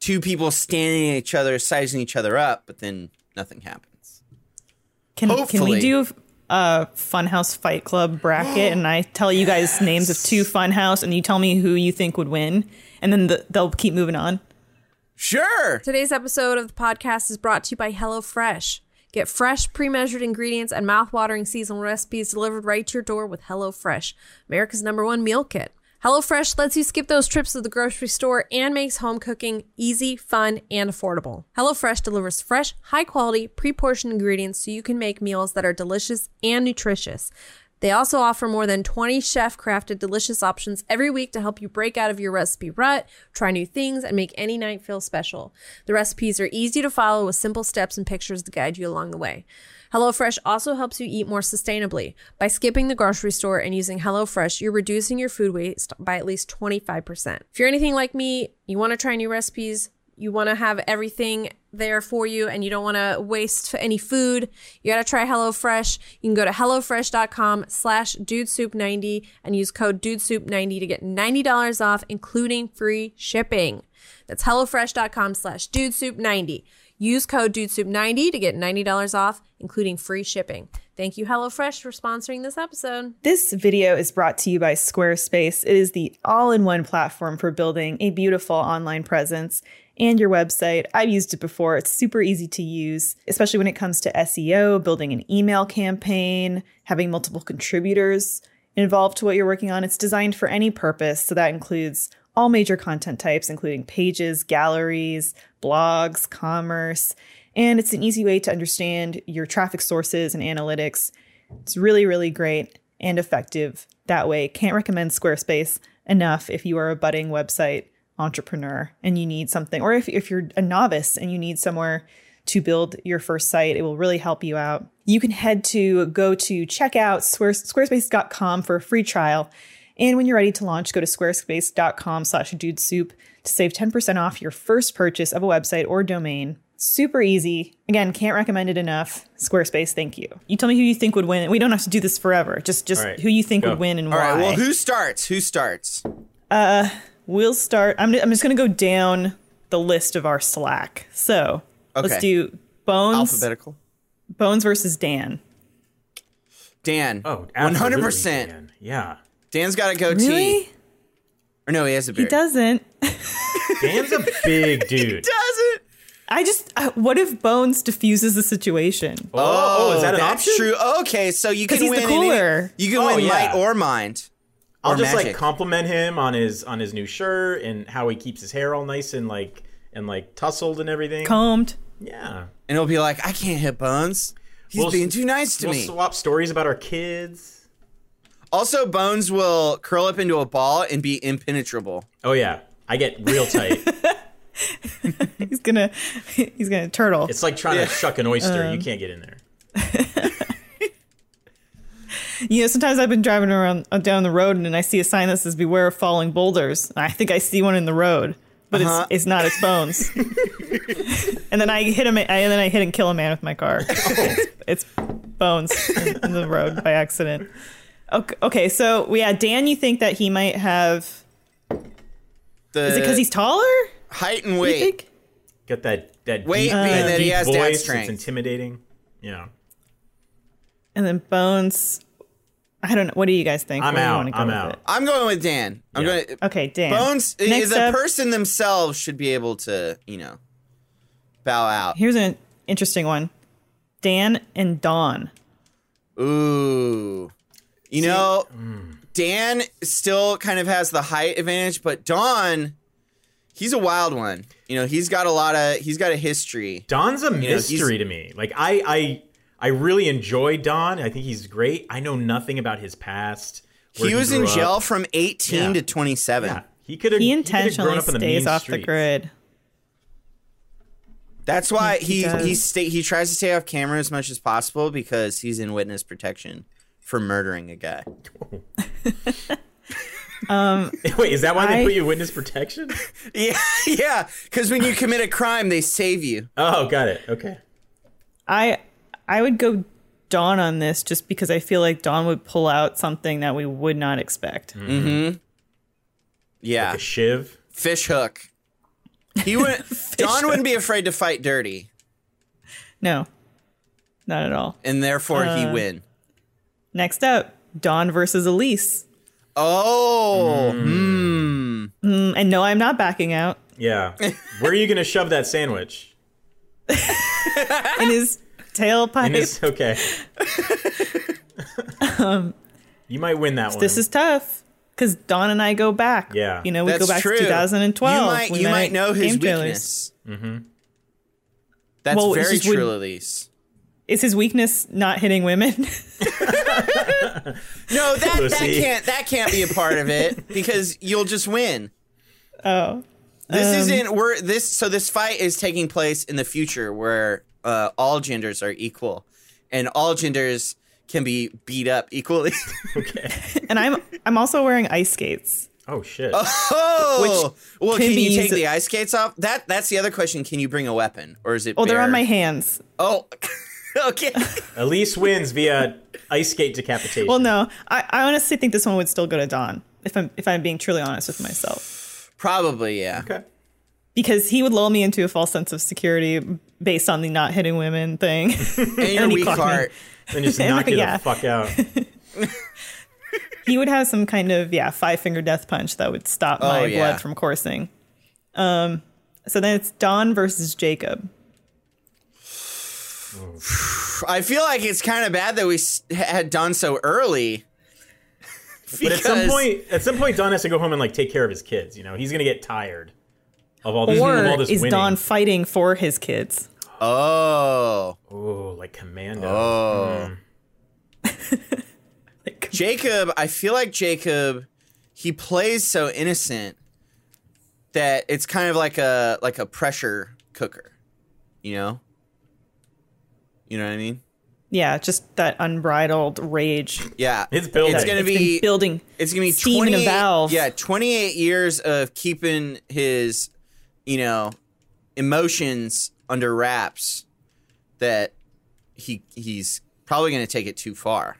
S1: two people standing at each other, sizing each other up, but then nothing happens.
S2: Can, can we
S1: Hopefully.
S2: do uh, Funhouse Fight Club bracket, and I tell you guys names of two Funhouse, and you tell me who you think would win, and then the, they'll keep moving on.
S1: Sure.
S4: Today's episode of the podcast is brought to you by HelloFresh. Get fresh, pre measured ingredients and mouth-watering seasonal recipes delivered right to your door with HelloFresh, America's number one meal kit. HelloFresh lets you skip those trips to the grocery store and makes home cooking easy, fun, and affordable. HelloFresh delivers fresh, high quality, pre portioned ingredients so you can make meals that are delicious and nutritious. They also offer more than 20 chef crafted delicious options every week to help you break out of your recipe rut, try new things, and make any night feel special. The recipes are easy to follow with simple steps and pictures to guide you along the way. HelloFresh also helps you eat more sustainably. By skipping the grocery store and using HelloFresh, you're reducing your food waste by at least 25%. If you're anything like me, you want to try new recipes, you want to have everything there for you and you don't want to waste any food you got to try HelloFresh. you can go to hellofresh.com slash dudesoup90 and use code dudesoup90 to get $90 off including free shipping that's hellofresh.com slash dudesoup90 use code dudesoup90 to get $90 off including free shipping thank you HelloFresh for sponsoring this episode
S2: This video is brought to you by Squarespace. It is the all in one platform for building a beautiful online presence and your website. I've used it before, it's super easy to use, especially when it comes to SEO, building an email campaign, having multiple contributors involved to what you're working on. It's designed for any purpose, so that includes all major content types, including pages, galleries, blogs, commerce. And it's an easy way to understand your traffic sources and analytics. It's really, really great and effective that way. Can't recommend Squarespace enough if you are a budding website entrepreneur and you need something, or if, if you're a novice and you need somewhere to build your first site, it will really help you out. You can head to go to checkout squarespace.com for a free trial. And when you're ready to launch, go to squarespace.com slash dudesoup to save 10% off your first purchase of a website or domain. Super easy. Again, can't recommend it enough. Squarespace, thank you. You tell me who you think would win. We don't have to do this forever. Just just
S3: All right,
S2: who you think
S3: go.
S2: would win and
S1: All
S2: why.
S1: right. Well, who starts? Who starts?
S2: We'll start. I'm, I'm just going to go down the list of our Slack. So
S1: Okay.
S2: let's do Bones
S1: Alphabetical.
S2: Bones versus Dan.
S1: Dan.
S3: Oh,
S1: one hundred
S3: absolutely,
S1: percent.
S3: Dan. Yeah.
S1: Dan's got a goatee. Or no, he has a beard.
S2: He doesn't.
S3: Dan's a big dude.
S1: Doesn't.
S2: I just. Uh, what if Bones diffuses the situation?
S3: Oh, oh, is that an
S1: that's
S3: option?
S1: true. Okay, so you can
S2: he's
S1: win.
S2: the
S1: in any-
S2: cooler.
S1: you can
S3: Oh,
S1: win
S3: yeah.
S1: light or mind.
S3: I'll
S1: or
S3: just like
S1: magic.
S3: compliment him on his on his new shirt and how he keeps his hair all nice and like and like tussled and everything.
S2: Combed.
S3: yeah.
S1: and he'll be like, "I can't hit Bones. He's
S3: We'll s-
S1: being too nice to
S3: we'll
S1: me."
S3: swap stories about our kids.
S1: also, Bones will curl up into a ball and be impenetrable.
S3: Oh yeah. I get real tight.
S2: He's gonna. He's gonna turtle.
S3: it's like trying to shuck an oyster.
S2: Um,
S3: you can't get in there.
S2: You know, sometimes I've been driving around uh, down the road and I see a sign that says "Beware of falling boulders." And I think I see one in the road, but
S1: Uh-huh.
S2: it's it's not. It's Bones. and then I hit him. And then I hit and kill a man with my car.
S3: Oh.
S2: it's, it's Bones in, in the road by accident. Okay, okay, so yeah, Dan, you think that he might have?
S1: The
S2: Is it because he's taller?
S1: height and
S2: You
S1: weight.
S2: think?
S3: Got that that
S1: Weight
S3: deep,
S1: being that he
S3: deep
S1: has dad
S3: voice.
S1: strength.
S3: It's intimidating. Yeah.
S2: And then Bones. I don't know. What do you guys think?
S3: I'm
S2: Where do you
S3: out.
S2: wanna go
S3: I'm
S2: with
S3: out.
S2: it?
S1: I'm going with Dan. I'm
S3: Yeah.
S1: going.
S2: Okay, Dan.
S1: Bones. i-
S2: Next
S1: the
S2: up-
S1: person themselves should be able to, you know, bow out.
S2: Here's an interesting one. Dan and Dawn.
S1: Ooh. You know,
S3: Mm.
S1: Dan still kind of has the height advantage, but Don, he's a wild one. You know, he's got a lot of he's got a history.
S3: Don's a
S1: he's-
S3: mystery to me. Like I, I, I really enjoy Don. I think he's great. I know nothing about his past. where
S1: He was in
S3: grew up.
S1: jail from 18
S3: Yeah.
S1: to 27.
S3: Yeah, he could have.
S2: He intentionally
S3: grown up in the
S2: stays
S3: mean
S2: off the
S3: streets.
S2: grid.
S1: That's why
S2: He
S1: he he,
S2: does.
S1: stay, he tries to stay off camera as much as possible because he's in witness protection for murdering a guy.
S3: Wait, is that why
S2: I-
S3: they put you in witness protection?
S1: Yeah, yeah, cuz when you commit a crime, they save you.
S3: oh, got it. Okay.
S2: I I would go Dawn on this just because I feel like Dawn would pull out something that we would not expect.
S1: Yeah.
S3: A shiv.
S1: Fish hook. He wouldn't Don wouldn't be afraid to fight dirty
S2: No. Not at all. Uh.
S1: and therefore he win.
S2: Next up, Dawn versus Elise.
S1: Oh,
S2: Mm-hmm. Mm, And no, I'm not backing out.
S3: Yeah. Where are you going to shove that sandwich?
S2: In his tailpipe.
S3: And it's okay. Um, you might win that one.
S2: this is tough because Dawn and I go back.
S3: Yeah.
S2: you know, we
S1: that's
S2: go back
S1: true.
S2: to 2012.
S1: You might,
S2: We
S1: you
S2: met
S1: might
S2: at
S1: know his
S2: Game Trailers.
S1: weakness. Mm-hmm. That's
S2: Well, it's
S1: very
S2: just when-
S1: true, Elise.
S2: Is his weakness not hitting women?
S1: No, that, that
S3: Pussy.
S1: can't that can't be a part of it because you'll just win.
S2: oh,
S1: This isn't we're this so this fight is taking place in the future where uh, all genders are equal and all genders can be beat up equally.
S3: okay.
S2: and I'm I'm also wearing ice skates.
S3: Oh shit.
S1: oh, well,
S2: can
S1: can,
S2: be
S1: you take
S2: easy-
S1: the ice skates off? That that's the other question. Can you bring a weapon or is it?
S2: Oh, they're on
S1: bare-
S2: my hands.
S1: Oh, okay.
S3: Elise wins via ice skate decapitation.
S2: Well, no, I, I honestly think this one would still go to Dawn if I'm if I'm being truly honest with myself
S1: Probably yeah.
S3: Okay.
S2: because he would lull me into a false sense of security based on the not hitting women thing.
S1: And your
S2: And he
S1: weak
S2: clocked me.
S1: heart.
S3: Then just knock you
S2: Yeah.
S3: the fuck out.
S2: he would have some kind of yeah five finger death punch that would stop my
S1: Oh, yeah.
S2: blood from coursing. Um, so then it's Dawn versus Jacob.
S1: I feel like it's kind of bad that we s- had done so early.
S3: But at some
S1: because-
S3: point, at some point, Don has to go home and like take care of his kids. You know, he's gonna get tired of all this.
S2: or
S3: of all this
S2: is
S3: winning.
S2: Don fighting for his kids?
S1: Oh,
S3: Oh, like Commando.
S2: Like,
S1: Jacob, I feel like Jacob, he plays so innocent that it's kind of like a like a pressure cooker, you know. You know what I mean?
S2: yeah, just that unbridled rage.
S1: Yeah,
S3: It's building.
S1: It's gonna
S2: It's been
S1: be
S2: building.
S1: It's gonna be
S2: steam in a
S1: twenty.
S2: valve.
S1: Yeah, twenty eight years of keeping his, you know, emotions under wraps. That he he's probably gonna take it too far.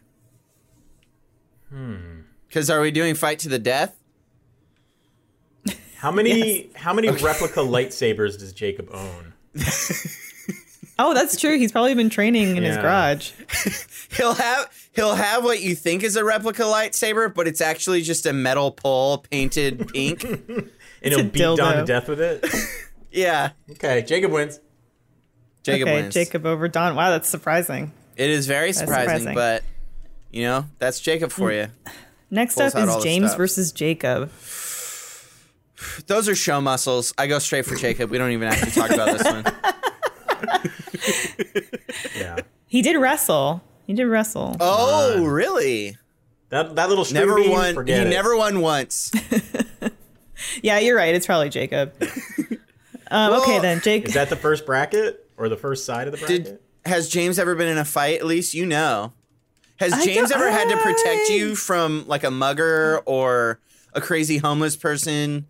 S1: Hmm. Because are we doing fight to the death?
S3: How many how many replica lightsabers does Jacob own?
S2: Oh, that's true. He's probably been training in his
S3: Yeah.
S2: garage.
S1: He'll have he'll have what you think is a replica lightsaber, but it's actually just a metal pole painted pink.
S3: And
S2: It's a
S3: he'll beat Don to
S2: dildo.
S3: death with it.
S1: yeah,
S3: Okay, Jacob wins.
S1: Jacob
S2: okay,
S1: wins.
S2: Jacob over Don. Wow, that's surprising.
S1: It is very surprising,
S2: surprising. Hmm.
S1: but you know that's Jacob for you.
S2: Next
S1: Pulls
S2: up
S1: out all
S2: is
S1: the
S2: James
S1: stops.
S2: versus Jacob.
S1: Those are show muscles. I go straight for Jacob. We don't even actually talk about this one.
S3: Yeah.
S2: He did wrestle. He did wrestle.
S1: Oh, really?
S3: That that little string
S1: Never
S3: bean,
S1: won. He
S3: forget it.
S1: never won once.
S2: Yeah, you're right. It's probably Jacob. um, okay,
S1: Well,
S2: then Jake.
S3: Is that the first bracket or the first side of the bracket?
S1: Did has James ever been in a fight? At least you know. Has
S2: I
S1: James
S2: don't-
S1: ever had to protect
S2: I-
S1: you from like a mugger or a crazy homeless person?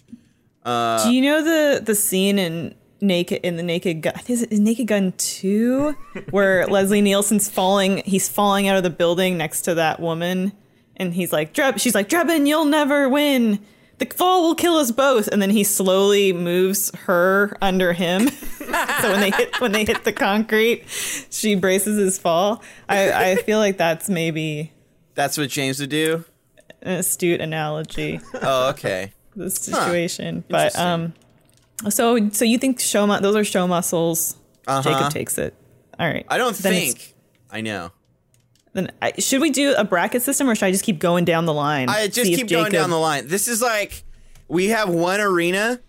S2: Do you know the the scene in naked in the Naked Gun? Is it Naked Gun Two where Leslie Nielsen's falling? He's falling out of the building next to that woman, and he's like, "Dreb," she's like, "Drebin, you'll never win." The fall will kill us both, and then he slowly moves her under him. so when they hit when they hit the concrete, she braces his fall. I, I feel like that's maybe
S1: That's what James would do.
S2: an astute analogy
S1: Oh, okay.
S2: this situation. But um, so so you think show mu- those are show muscles? Jacob takes it. All right.
S1: Uh-huh. I don't
S2: Then it's-
S1: think. I know.
S2: Then I, should we do a bracket system, or should I just keep going down the line?
S1: I just
S2: See if
S1: keep going down
S2: Jacob-
S1: the line. This is like we have one arena,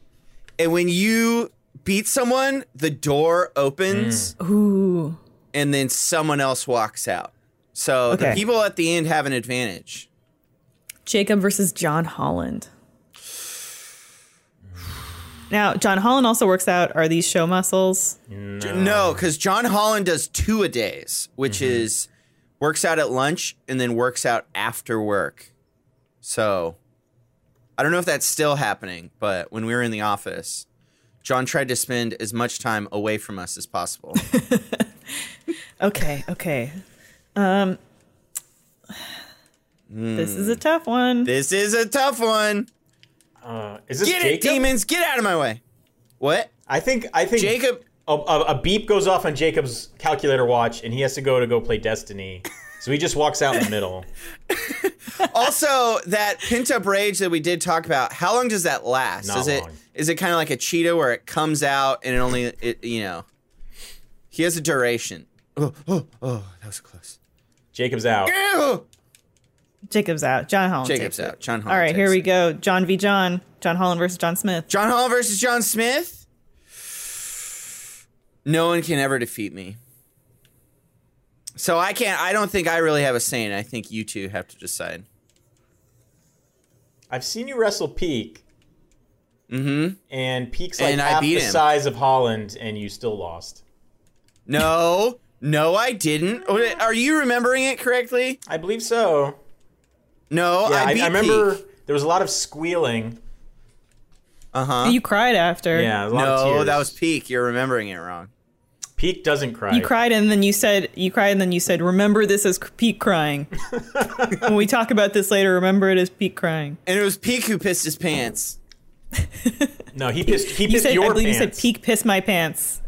S1: and when you beat someone, the door opens,
S2: Mm. Ooh.
S1: and then someone else walks out. So the
S2: Okay.
S1: people at the end have an advantage.
S2: Jacob versus John Holland. Now, John Holland also works out. Are these show muscles?
S1: No, because John Holland does two a days, which is works out at lunch and then works out after work. So I don't know if that's still happening, but when we were in the office, John tried to spend as much time away from us as possible.
S2: Okay, okay. Um, this is a tough one.
S1: this is a tough one.
S3: Uh, is this
S1: Get
S3: Jacob?
S1: it, demons! Get out of my way. What?
S3: I think I think
S1: Jacob-
S3: A, a, a beep goes off on Jacob's calculator watch, and he has to go to go play Destiny. So he just walks out in the middle.
S1: also, that pent up rage that we did talk about, how long does that last?
S3: Not
S1: is it
S3: long.
S1: is it kind of like a cheetah where it comes out and it only it you know he has a duration. Oh, oh, oh, that was close.
S3: Jacob's out.
S1: Ew!
S2: Jacob's out. John Holland.
S1: Jacob's
S2: takes it.
S1: out. John Holland.
S2: All right, here
S1: takes
S2: we
S1: it.
S2: go. John v. John. John Holland versus John Smith.
S1: John Holland versus John Smith. No one can ever defeat me. So I can't. I don't think I really have a say. in it. I think you two have to decide.
S3: I've seen you wrestle Peak. Mm-hmm. And Peak's like
S1: And I
S3: half
S1: beat
S3: the
S1: him.
S3: size of Holland, and you still lost.
S1: No, no, I didn't. Oh, Are you remembering it correctly?
S3: I believe so.
S1: No,
S3: Yeah, I,
S1: I beat.
S3: I remember
S1: Pete.
S3: there was a lot of squealing.
S1: Uh-huh.
S2: You cried after.
S3: Yeah, a lot of
S1: No,
S3: tears.
S1: that was peak. You're remembering it wrong.
S3: Peak doesn't cry.
S2: You cried and then you said you cried and then you said remember this as Pete crying. when we talk about this later, remember it as Pete crying.
S1: And it was peak who pissed his pants.
S3: No, he pissed. He
S2: You
S3: pissed
S2: said
S3: your
S2: I believe you said
S3: pants.
S2: Pete pissed my pants.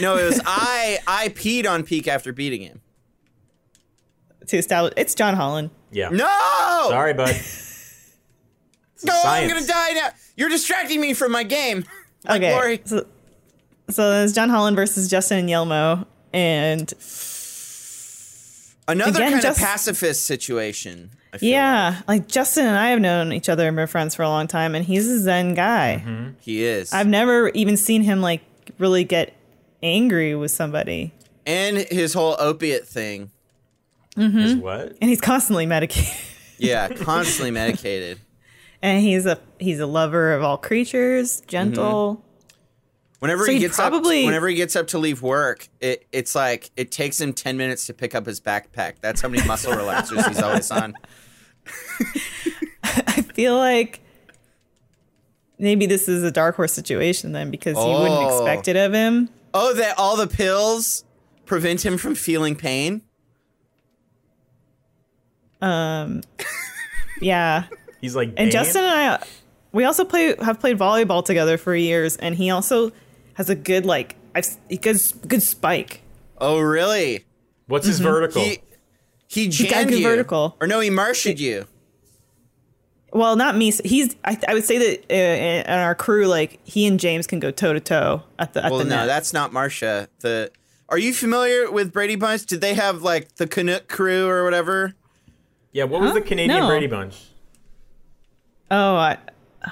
S1: No, it was I. I peed on peak after beating him.
S2: to establish it's John Holland.
S3: Yeah.
S1: No,
S3: Sorry, bud. It's
S1: no, I'm
S3: science.
S1: gonna die now. You're distracting me from my game. Like
S2: okay.
S1: Lori.
S2: So, so it's John Holland versus Justin and Yelmo and
S1: Another
S2: Again,
S1: kind
S2: just-
S1: of pacifist situation. I feel
S2: yeah, like Justin and I have known each other and been friends for a long time and he's a zen guy.
S3: Mm-hmm.
S1: like. he is.
S2: I've never even seen him like really get angry with somebody.
S1: and his whole opiate thing.
S3: Is what?
S2: And he's constantly medicated.
S1: Yeah, constantly medicated.
S2: and he's a he's a lover of all creatures, gentle.
S1: Whenever
S2: So
S1: he
S2: he
S1: gets
S2: probably-
S1: up, whenever he gets up to leave work, it, it's like it takes him ten minutes to pick up his backpack. That's how many muscle relaxers he's always on.
S2: I
S1: Mm-hmm.
S2: feel like maybe this is a dark horse situation then because you wouldn't
S1: Oh.
S2: expect it of him.
S1: Oh, that all the pills prevent him from feeling pain.
S2: Yeah.
S3: He's like.
S2: And
S3: "Damn."
S2: Justin and I we also play have played volleyball together for years and he also has a good like I've s- a good s- good spike.
S1: Oh, really?
S3: What's
S2: Mm-hmm.
S3: his vertical?
S1: He he
S2: got
S1: jammed
S2: good
S1: you,
S2: vertical.
S1: or no, he marshaled you.
S2: Well, not me. s- He's I, I would say that uh, in our crew like he and James can go toe to toe at the at
S1: Well,
S2: the
S1: no,
S2: net.
S1: that's not Marsha. The are you familiar with Brady Bunch? Did they have like the Canuck crew or whatever?
S3: yeah. What was
S2: Huh?
S3: the Canadian
S2: No.
S3: Brady Bunch?
S2: Oh, I,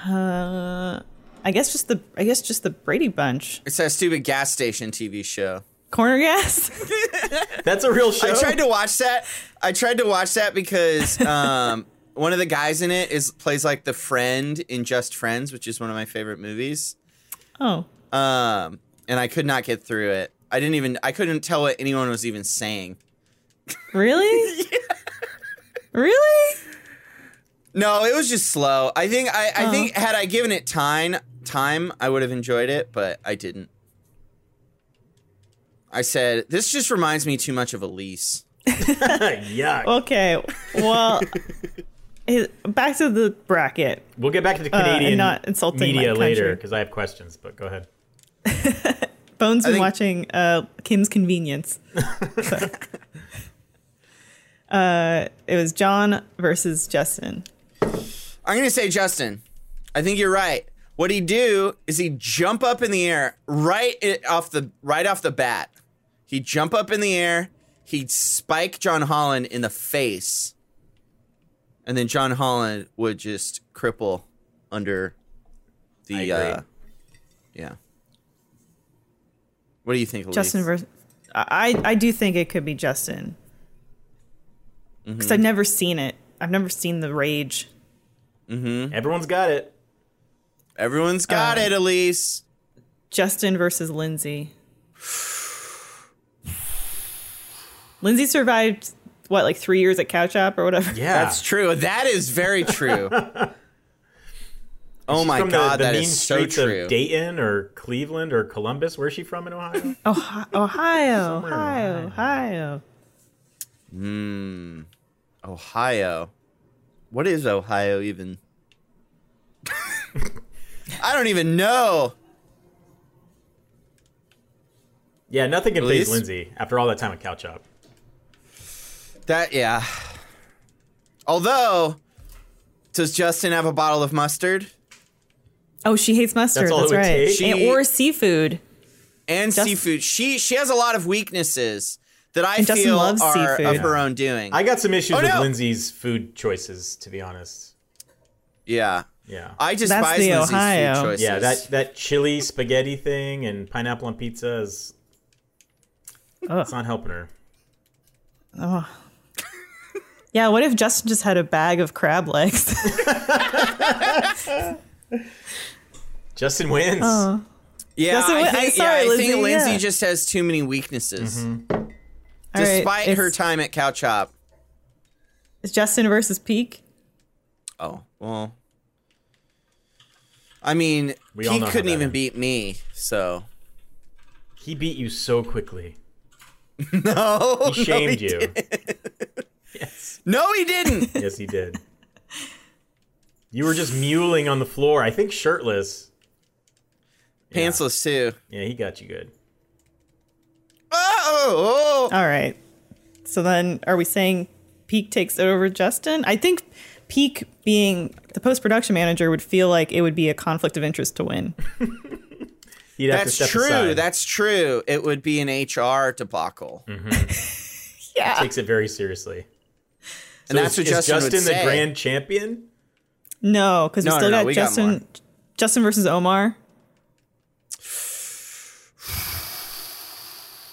S2: uh, I guess just the I guess just the Brady Bunch
S1: It's that stupid gas station TV show.
S2: corner gas.
S3: That's a real show.
S1: I tried to watch that. I tried to watch that because um, one of the guys in it is plays like the friend in Just Friends, which is one of my favorite movies.
S2: oh,
S1: Um, and I could not get through it. I didn't even. I couldn't tell what anyone was even saying.
S2: really? Really?
S1: No, it was just slow. I think. I, I think had I given it time, time, I would have enjoyed it, but I didn't. I said, "This just reminds me too much of Elise."
S3: Yuck.
S2: Okay. Well, eh, back to the bracket.
S3: we'll get back to the Canadian
S2: uh, and not insulting my
S3: media later
S2: country.
S3: because I have questions. But go ahead.
S2: Bones been
S1: think-
S2: watching uh, Kim's Convenience. So. uh, it was John versus Justin.
S1: I'm gonna say Justin. I think you're right. What he do is he jump up in the air right i- off the right off the bat. He jump up in the air. He'd spike John Holland in the face, and then John Holland would just cripple under
S3: I
S1: the.
S3: agree.
S1: Uh, yeah. What do you think, Elise?
S2: Justin versus. I I do think it could be Justin because I've never seen it. I've never seen the rage.
S1: Mm-hmm.
S3: Everyone's got it.
S1: Everyone's got it, Elise.
S2: Justin versus Lindsay. Lindsay survived what, like three years at Cow Chop or whatever.
S3: Yeah.
S1: That's true. That is very true. oh my
S3: from the-
S1: god,
S3: the,
S1: that
S3: mean
S1: is so
S3: streets
S1: true.
S3: of Dayton or Cleveland or Columbus. Where's she from in Ohio?
S2: Ohio, Ohio,
S3: Somewhere in
S2: Ohio, Ohio.
S1: Ohio. What is Ohio even? I don't even know.
S3: yeah, nothing can
S1: Elise?
S3: phase Lindsay after all that time at Couch Up.
S1: That yeah. Although, does Justin have a bottle of mustard
S2: Oh, she hates mustard.
S3: That's all
S2: That's,
S3: it would
S2: right.
S3: take?
S2: And- or seafood.
S1: and seafood? She she has a lot of weaknesses that I
S2: And
S1: feel
S2: Justin loves
S1: are of
S2: seafood.
S1: her own doing.
S3: I got some issues
S1: Oh,
S3: with
S1: no.
S3: Lindsay's food choices, to be honest.
S1: yeah.
S3: Yeah.
S1: I despise
S2: the
S1: Lindsay's
S2: Ohio.
S1: food choices.
S3: yeah, that, that chili spaghetti thing and pineapple on pizza is it's not helping her.
S2: Yeah, what if Justin just had a bag of crab legs?
S3: Justin wins.
S1: yeah.
S2: That's the way-
S1: I
S2: I'm
S1: think, yeah,
S2: sorry,
S1: I think
S2: Lindsay,
S1: Lindsay
S2: yeah.
S1: just has too many weaknesses,
S2: All right,
S1: despite her
S2: it's-
S1: time at Cow Chop.
S2: it's Justin versus Peak.
S1: Oh well. I mean,
S3: We all
S1: he
S3: know how
S1: couldn't
S3: that
S1: even
S3: ends.
S1: beat me, so
S3: He beat you so quickly.
S1: no. Oh,
S3: He shamed you.
S1: No, he didn't.
S3: Yes, he did. You were just mewling on the floor, I think shirtless.
S1: Pantsless too.
S3: Yeah, he got you good.
S1: Oh, oh,
S2: All right. So then, are we saying Peak takes it over Justin? I think Peak being the post production manager would feel like it would be a conflict of interest to win.
S3: He'd have to
S1: that's
S3: step
S1: true.
S3: aside.
S1: That's true. It would be an HR debacle,
S2: Yeah.
S3: takes it very seriously.
S1: and that's what
S3: is, is
S1: Justin, would
S3: Justin the
S1: say.
S3: grand champion?
S2: No, because we
S1: No, no,
S2: still
S1: no,
S2: got
S1: we got
S2: Justin.
S1: more.
S2: Justin versus Omar.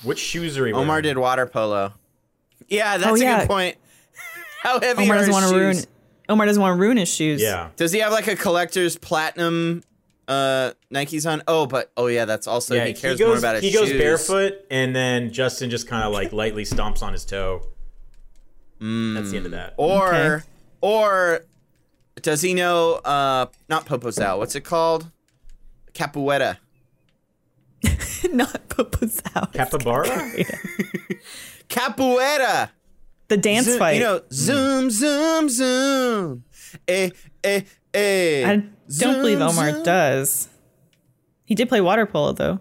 S3: Which shoes are he
S1: Omar
S3: wearing?
S1: did water polo. Yeah, that's
S2: Oh,
S1: a
S2: yeah.
S1: good point. How heavy
S2: Omar
S1: are
S2: doesn't
S1: his
S2: want
S1: shoes?
S2: to ruin. Omar doesn't want to ruin his shoes.
S3: Yeah.
S1: Does he have like a collector's platinum uh Nikes on? Oh, but oh yeah, that's also
S3: yeah,
S1: he cares
S3: goes,
S1: more about his
S3: He goes
S1: shoes.
S3: barefoot, and then Justin just kind of like lightly stomps on his toe. That's the end of that.
S1: or
S2: Okay.
S1: or does he know uh not popozao? What's it called? Capoeira.
S2: Not Popo's out.
S3: Capybara?
S1: Capoeira.
S2: The dance
S1: Zoom-
S2: fight.
S1: You know, zoom, zoom, zoom. Eh, eh, eh.
S2: I don't believe Omar
S1: does.
S2: does. He did play water polo though.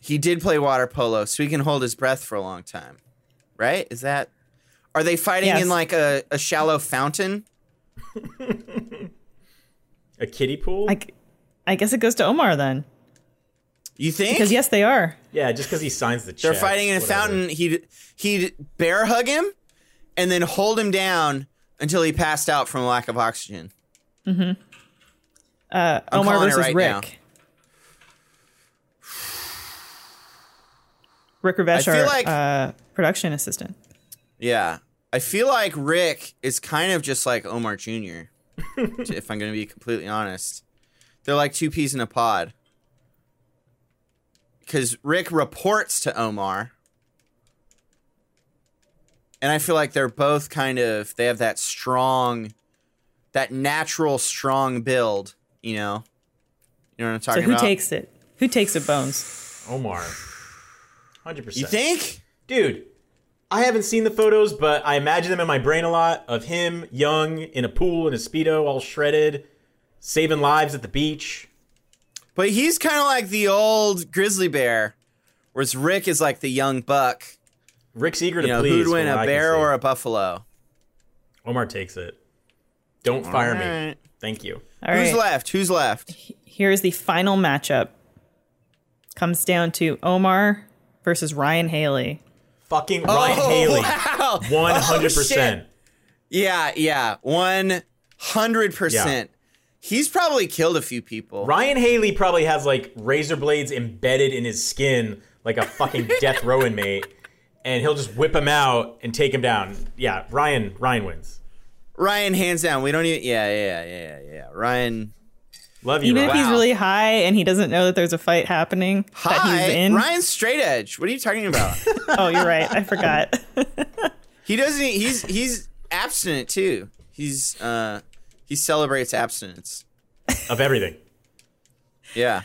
S1: He did play water polo, so he can hold his breath for a long time. Right? Is that. Are they fighting
S2: Yes.
S1: in like a, a shallow fountain?
S3: A kiddie pool?
S2: I, g- I guess it goes to Omar then,
S1: You think?
S2: because yes, they are.
S3: yeah, just because he signs the check.
S1: They're fighting in a
S3: whatever.
S1: fountain. He'd, he'd bear hug him and then hold him down until he passed out from lack of oxygen. I'm
S2: Omar
S1: calling it
S2: versus
S1: right
S2: Rick.
S1: now.
S2: Rick Rivesh,
S1: I feel
S2: our
S1: like-
S2: uh, production assistant.
S1: Yeah. I feel like Rick is kind of just like Omar Jr., if I'm going to be completely honest. They're like two peas in a pod. Because Rick reports to Omar. And I feel like they're both kind of, they have that strong, that natural strong build, you know? You know what I'm
S2: So
S1: talking
S2: who
S1: about?
S2: takes it? Who takes it, Bones?
S3: Omar. 100%.
S1: You think?
S3: Dude, I haven't seen the photos, but I imagine them in my brain a lot of him young in a pool in a Speedo, all shredded, saving lives at the beach.
S1: But he's kind of like the old grizzly bear, whereas Rick is like the young buck.
S3: Rick's eager to
S1: You know,
S3: please.
S1: who'd
S3: from
S1: win
S3: what
S1: a
S3: I can
S1: bear
S3: see.
S1: or a buffalo?
S3: Omar takes it. Don't fire me.
S1: Alright.
S3: Thank you.
S2: All
S1: Who's
S2: right.
S1: left? Who's left?
S2: Here is the final matchup. Comes down to Omar versus Ryan Haley.
S3: Fucking
S2: Oh.
S3: Ryan Haley.
S1: Oh, wow.
S3: 100%.
S1: Yeah, yeah. 100%. He's probably killed a few people.
S3: Ryan Haley probably has like razor blades embedded in his skin like a fucking death row inmate. And he'll just whip him out and take him down. Yeah, Ryan Ryan wins.
S1: Ryan, hands down. We don't even. Yeah, yeah, yeah, yeah, yeah. Ryan.
S3: Love you,
S2: Even if
S3: Ryan.
S2: he's
S1: Wow.
S2: really high and he doesn't know that there's a fight happening that he's
S1: Hi.
S2: in.
S1: Ryan's straight edge. What are you talking about?
S2: Oh, you're right. I forgot.
S1: he doesn't. He's he's abstinent too. He's uh he celebrates abstinence.
S3: of everything.
S1: Yeah.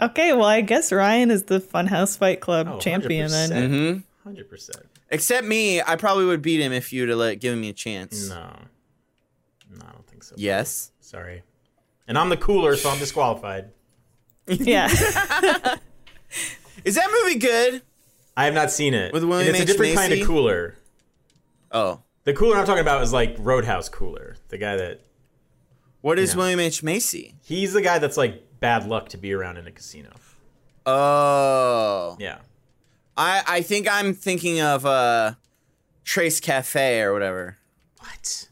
S2: okay, well, I guess Ryan is the Funhouse Fight Club
S3: Oh,
S2: champion then.
S1: Mm-hmm.
S3: 100%. 100%.
S1: Except me, I probably would beat him if you'd have let, given me a chance.
S3: No. No, I don't think so.
S1: Yes.
S3: Sorry. And I'm the cooler, so I'm disqualified.
S2: Yeah.
S1: Is that movie good?
S3: I have not seen it.
S1: With William
S3: and it's a
S1: H.
S3: different kind
S1: Macy?
S3: of cooler.
S1: Oh,
S3: The cooler I'm talking about is like Roadhouse cooler. The guy that
S1: what is William H Macy?
S3: he's the guy that's like bad luck to be around in a casino.
S1: Oh,
S3: Yeah.
S1: I I think I'm thinking of uh, Trace Cafe or whatever.
S3: What?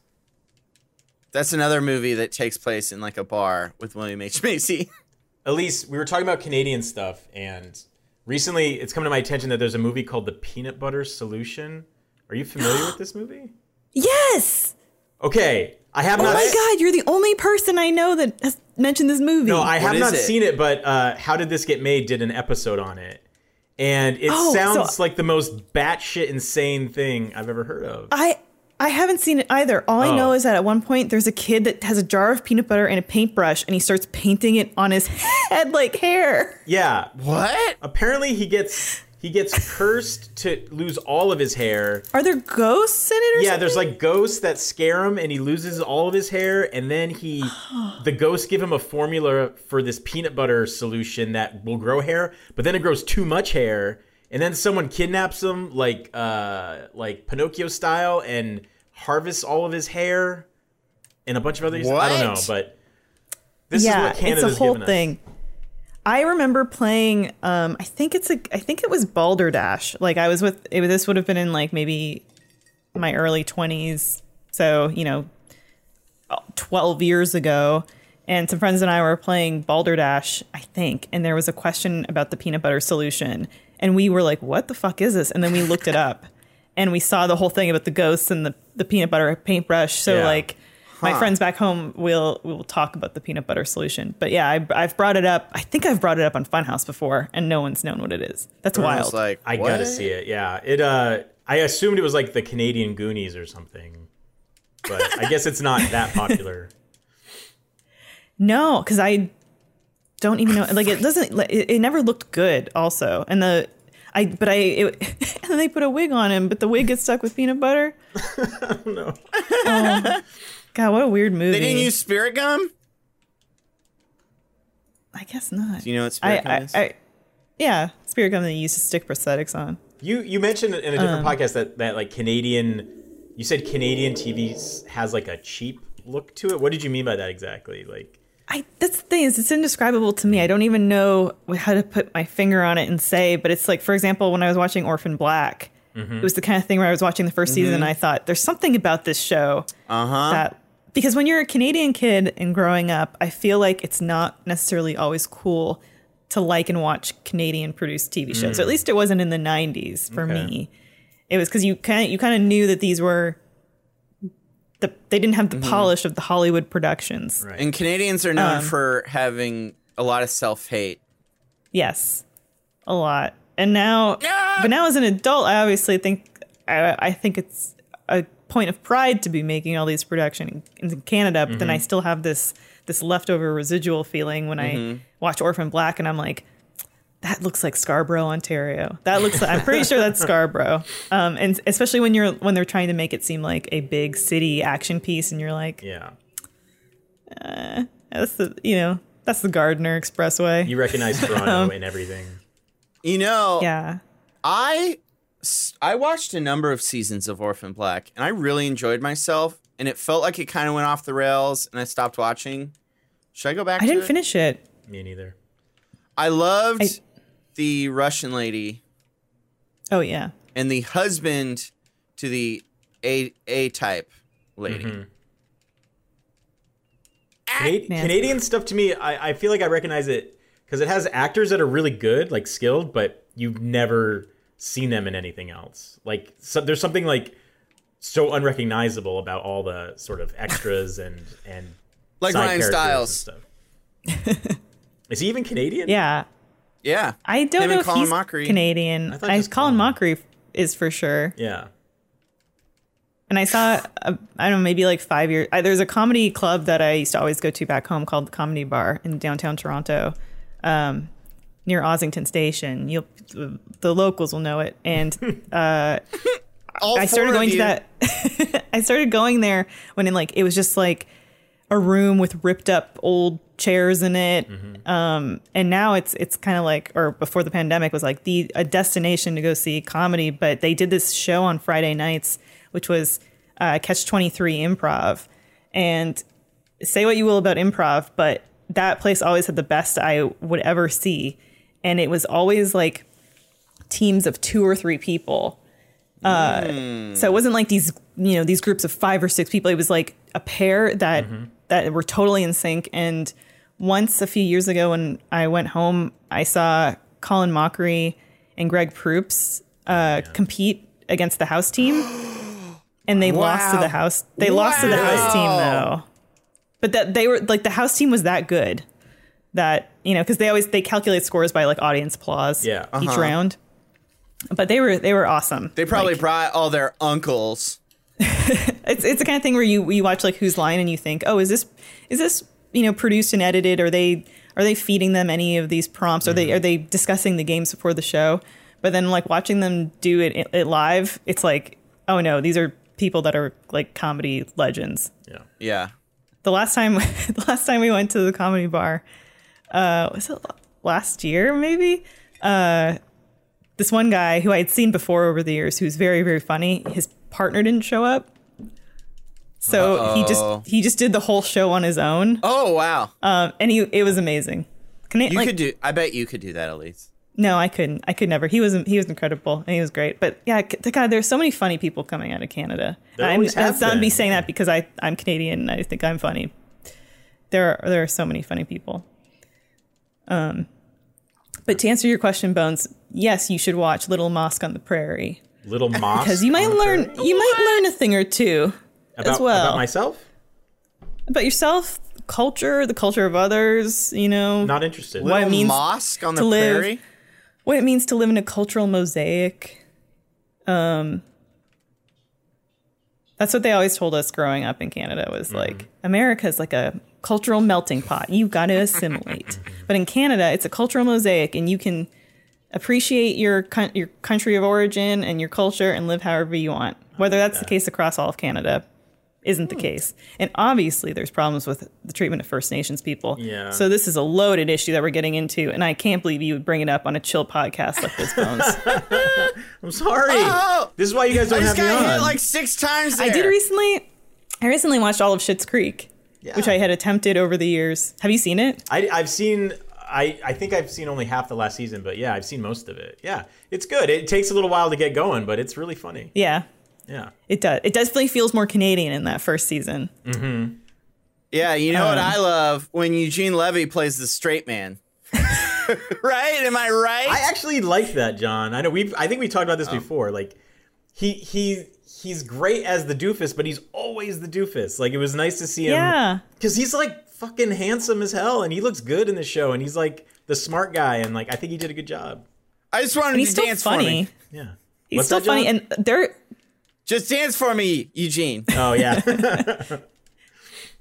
S1: That's another movie that takes place in like a bar with William H Macy.
S3: Elise, we were talking about Canadian stuff, and recently it's come to my attention that there's a movie called The Peanut Butter Solution. Are you familiar with this movie?
S2: Yes.
S3: Okay, I have
S2: Oh
S3: not.
S2: my God, you're the only person I know that has mentioned this movie.
S3: No, I have
S1: is
S3: not
S1: it?
S3: seen it, but uh, How Did This Get Made did an episode on it. And it
S2: Oh, so-
S3: sounds like the most batshit insane thing I've ever heard of.
S2: I I haven't seen it either. All I know
S3: Oh.
S2: is that at one point there's a kid that has a jar of peanut butter and a paintbrush, and he starts painting it on his head like hair.
S3: yeah,
S1: what?
S3: apparently he gets he gets cursed to lose all of his hair.
S2: Are there ghosts in it? Or
S3: Yeah,
S2: something?
S3: there's like ghosts that scare him, and he loses all of his hair. And then he, the ghosts give him a formula for this peanut butter solution that will grow hair, but then it grows too much hair. And then someone kidnaps him, like uh, like Pinocchio style, and harvests all of his hair, and a bunch of other. I don't know,
S1: What?
S3: but this is what Canada's
S2: it's a whole
S3: given us.
S2: thing. I remember playing. Um, I think it's a. I think it was Balderdash. Like I was with. It, was- this would have been in like maybe my early twenties. So you know, twelve years ago. And some friends and I were playing Balderdash, I think, and there was a question about the peanut butter solution, and we were like, "What the fuck is this?" And then we looked it up, and we saw the whole thing about the ghosts and the, the peanut butter paintbrush. So
S3: Yeah.
S2: like my friends back home will will talk about the peanut butter solution. But yeah, I, I've brought it up. I think I've brought it up on Funhouse before, and no one's known what it is. That's
S1: I
S2: wild.
S1: was like,
S3: I
S1: what?
S3: gotta see it. Yeah, it. Uh, I assumed it was like the Canadian Goonies or something, but I guess it's not that popular.
S2: no, because I don't even know. Like it doesn't. like, It, it never looked good. Also, and the I but I it, and then they put a wig on him, but the wig gets stuck with peanut butter. Oh,
S3: no.
S2: God, what a weird movie.
S1: They didn't use spirit gum.
S2: I guess not.
S1: Do you know what
S2: I,
S1: spirit gum
S2: I,
S1: is?
S2: I, yeah, spirit gum they used to stick prosthetics on.
S3: You you mentioned in a different podcast that that like Canadian, you said Canadian TV s- has like a cheap look to it. What did you mean by that exactly? Like
S2: I that's the thing is it's indescribable to me. I don't even know how to put my finger on it and say, but it's like for example when I was watching Orphan Black, it was the kind of thing where I was watching the 1st season and I thought there's something about this show
S1: Uh-huh.
S2: that because when you're a Canadian kid and growing up, I feel like it's not necessarily always cool to like and watch Canadian produced TV shows. Or at least it wasn't in the 90s for
S3: Okay.
S2: me. It was cuz you kind of you kind of knew that these were the, they didn't have the polish of the Hollywood productions.
S3: Right.
S1: And Canadians are
S2: Um,
S1: known for having a lot of self hate.
S2: Yes, a lot. And now, but now as an adult, I obviously think I, I think it's a point of pride to be making all these production in, in Canada. But
S3: Mm-hmm.
S2: then I still have this this leftover residual feeling when
S3: Mm-hmm.
S2: I watch Orphan Black, and I'm like. That looks like Scarborough, Ontario. That looks. Like, I'm pretty sure that's Scarborough, um, and especially when you're when they're trying to make it seem like a big city action piece, and you're like,
S3: yeah,
S2: that's the you know that's the Gardner Expressway.
S3: you recognize Toronto and everything.
S1: You know,
S2: yeah,
S1: I s- I watched a number of seasons of Orphan Black and I really enjoyed myself and it felt like it kind of went off the rails and I stopped watching. Should I go back
S2: I
S1: to
S2: didn't
S1: it?
S2: finish it.
S3: Me neither.
S1: I loved
S2: I-
S1: the Russian lady
S2: Oh yeah,
S1: and the husband to the A A type lady.
S3: Mm-hmm. Canadi-
S2: man.
S3: Canadian stuff to me, I, I feel like I recognize it because it has actors that are really good, like skilled, but you've never seen them in anything else. Like so, there's something like so unrecognizable about all the sort of extras and and
S1: Like
S3: side
S1: Ryan
S3: characters and
S1: Stiles.
S3: stuff. Is he even Canadian?
S2: yeah.
S1: Yeah.
S2: I don't
S1: Him
S2: know
S1: and
S2: if
S1: Colin
S2: he's
S1: Mockery.
S2: Canadian.
S3: I
S2: I,
S3: thought
S2: Colin,
S3: just Colin.
S2: Mockery is for sure.
S3: Yeah.
S2: And I saw, I I don't know, maybe like five years. I, there's a comedy club that I used to always go to back home called the Comedy Bar in downtown Toronto, um, near Ossington Station. You'll the locals will know it. And
S1: All
S2: I started
S1: four of
S2: going to
S1: you-
S2: that. I started going there when it like it was just like a room with ripped up old chairs in it.
S1: Mm-hmm.
S2: Um, and now it's it's kind of like or before the pandemic was like the a destination to go see comedy. But they did this show on Friday nights which was uh, Catch 23 Improv. And say what you will about improv, but that place always had the best I would ever see. And it was always like teams of two or three people. Uh, So it wasn't like these, you know, these groups of five or six people. It was like a pair that that were totally in sync. And once a few years ago, when I went home, I saw Colin Mockery and Greg Proops uh, compete against the house team, and they lost to
S1: Wow.
S2: the house. They lost to the house team though. But that they were like the house team was that good that you know because they always they calculate scores by like audience applause
S3: Yeah.
S2: each round. But they were they were awesome.
S1: They probably brought all their uncles.
S2: It's it's the kind of thing where you you watch like Who's Line and you think, oh, is this is this you know produced and edited? Are they are they feeding them any of these prompts? Are they are they discussing the games before the show? But then like watching them do it, it, it live, it's like, oh no, these are people that are like comedy legends.
S3: Yeah.
S1: Yeah.
S2: The last time the last time we went to the comedy bar, uh, was it l- last year maybe? Uh, this one guy who I had seen before over the years, who's very very funny. His partner didn't show up, so he
S1: Uh-oh.
S2: just he just did the whole show on his own,
S1: Oh wow.
S2: um, and he it was amazing. Can I,
S1: you
S2: like,
S1: could do. I bet you could do that, Elise.
S2: no, I couldn't. I could never. He was he was incredible and he was great. But yeah, c- God, there's so many funny people coming out of Canada.
S3: There
S2: I'm,
S3: always have
S2: it's not me
S3: been.
S2: saying that because I I'm Canadian and I think I'm funny. There are there are so many funny people. Um, but to answer your question, Bones, yes, you should watch Little Mosque on the Prairie
S3: Little moss.
S2: because you might
S3: on the
S2: learn
S3: prairie.
S2: you might learn a thing or two
S3: about,
S2: as well
S3: about myself.
S2: about yourself, culture, the culture of others. You know
S3: Not interested.
S2: What? it
S1: Little
S2: means
S1: Oh, mosque on the
S2: to live-
S1: prairie.
S2: what it means to live in a cultural mosaic. Um, that's what they always told us growing up in Canada was like America's like a cultural melting pot. You got to assimilate. but in Canada, it's a cultural mosaic, and you can appreciate your coun- your country of origin and your culture and live however you want. Whether that's the case across all of Canada isn't the case. And obviously there's problems with the treatment of First Nations people.
S3: Yeah.
S2: So this is a loaded issue that we're getting into and I can't believe you would bring it up on a chill podcast like this Bones.
S3: I'm sorry.
S1: Oh!
S3: This is why you guys don't
S1: I just
S3: have me
S1: got
S3: on.
S1: hit like six times. There.
S2: I did recently I recently watched all of Schitt's Creek, which I had attempted over the years. Have you seen it?
S3: I, I've seen. I, I think I've seen only half the last season, but yeah, I've seen most of it. Yeah, it's good. It takes a little while to get going, but it's really funny.
S2: Yeah.
S3: Yeah.
S2: It does. It definitely feels more Canadian in that first season.
S1: Yeah, you know what
S2: Oh.
S1: I love when Eugene Levy plays the straight man. right? Am I right?
S3: I actually like that, John. I know we've. I think we talked about
S1: Um,
S3: this before. Like, he he he's great as the doofus, but he's always the doofus. Like, it was nice to see him.
S2: Yeah.
S3: Because he's like fucking handsome as hell, and he looks good in the show, and he's like the smart guy, and like I think he did a good job.
S1: I just wanted
S2: And he's
S1: to
S2: still
S1: dance for
S2: funny.
S1: me.
S3: Yeah.
S2: He's
S3: What's
S2: still
S3: that,
S2: funny
S3: John?
S2: and there
S1: Just dance for me, Eugene.
S3: oh yeah.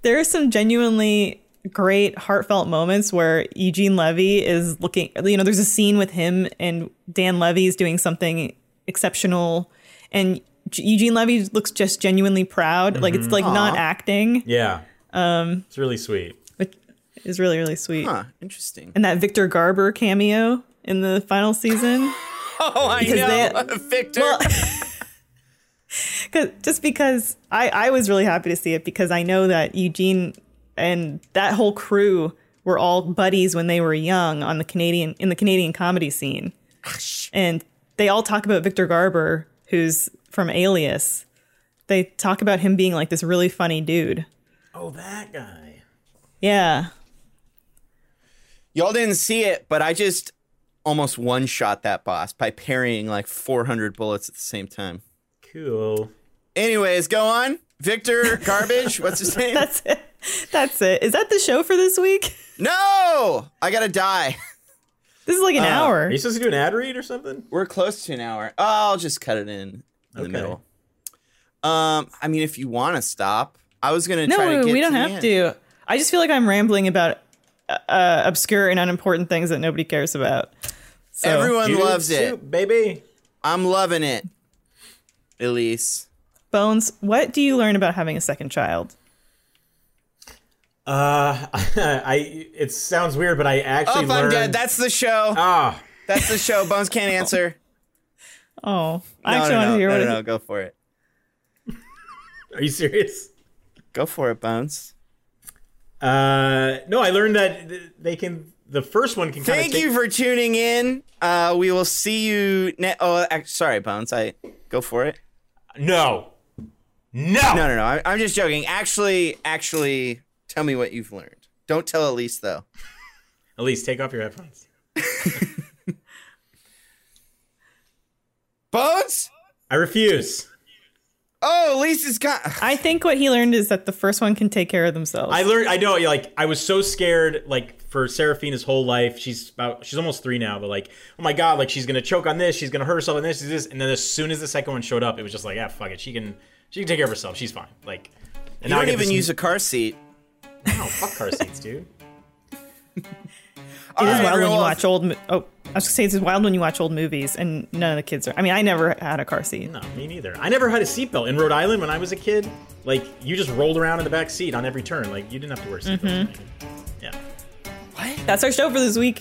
S2: there are some genuinely great heartfelt moments where Eugene Levy is looking you know there's a scene with him and Dan Levy is doing something exceptional and G- Eugene Levy looks just genuinely proud like it's like not acting
S3: yeah. Um. It's really sweet.
S2: which is really really sweet
S1: Huh, interesting.
S2: and that Victor Garber cameo in the final season
S1: Oh, I
S2: Because
S1: know.
S2: they-
S1: Victor.
S2: Well, 'cause- just because I, I was really happy to see it because I know that Eugene and that whole crew were all buddies when they were young on the Canadian in the Canadian comedy scene, and they all talk about Victor Garber, who's from Alias. They talk about him being like this really funny dude.
S3: Oh, that guy.
S2: Yeah,
S1: Y'all didn't see it, but I just almost one shot that boss by parrying like 400 bullets at the same time.
S3: Cool.
S1: Anyways, go on. Victor Garbage, what's his name?
S2: that's it. That's it. Is that the show for this week?
S1: no! I gotta die.
S2: This is like an hour.
S3: Are you supposed to do an ad read or something?
S1: We're close to an hour. I'll just cut it in in the
S3: Okay.
S1: middle. Um, I mean, if you want to stop, I was gonna try
S2: No,
S1: to get.
S2: we don't
S1: to the
S2: have
S1: end.
S2: to. I just feel like I'm rambling about uh, obscure and unimportant things that nobody cares about. So,
S1: Everyone
S3: Dude,
S1: loves it.
S3: soup, baby.
S1: I'm loving it. Elise,
S2: Bones, what do you learn about having a second child?
S3: Uh, I. It sounds weird, but I
S1: oh,
S3: actually
S1: if
S3: learned.
S1: I'm dead, that's the show.
S3: ah.
S1: That's the show. Bones can't answer.
S2: Oh, I
S1: No,
S2: actually
S1: no,
S2: want
S1: no,
S2: to hear
S1: no, no,
S2: what it
S1: no, go for it.
S3: Are you serious?
S1: Go for it, Bones.
S3: Uh, no, I learned that th- they can. The first one can. kinda
S1: Thank
S3: take-
S1: you for tuning in. Uh, we will see you. Ne- oh, ac- sorry, Bones. I go for it.
S3: No. No.
S1: No, no, no. I- I'm just joking. Actually, actually, tell me what you've learned. Don't tell Elise though.
S3: Elise, take off your headphones.
S1: Bones.
S3: I refuse.
S1: Oh, Elise is gone.
S2: I think what he learned is that the first one can take care of themselves.
S3: I learned. I know. Like I was so scared. Like for Seraphina's whole life, she's about. She's almost three now, but like, oh my god, like she's gonna choke on this. She's gonna hurt herself on this. This. And then as soon as the second one showed up, it was just like, ah, fuck it. She can. She can take care of herself. She's fine. Like. And
S1: You
S3: now I
S1: don't
S3: get
S1: even
S3: this-
S1: use a car seat.
S3: No, fuck car seats, dude.
S2: It is wild when you
S1: everyone.
S2: watch old. mo- Oh, I was gonna say it's wild when you watch old movies and none of the kids are. I mean, I never had a car seat.
S3: No, me neither. I never had a seatbelt in Rhode Island when I was a kid. Like you just rolled around in the back seat on every turn. Like you didn't have to wear seatbelts.
S1: Mm-hmm.
S3: Yeah.
S2: That's our show for this week.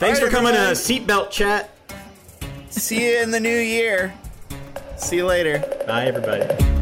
S3: Thanks
S1: All
S3: for
S1: right,
S3: coming
S1: everyone.
S3: to Seatbelt Chat.
S1: See you in the new year. See you later.
S3: Bye, everybody.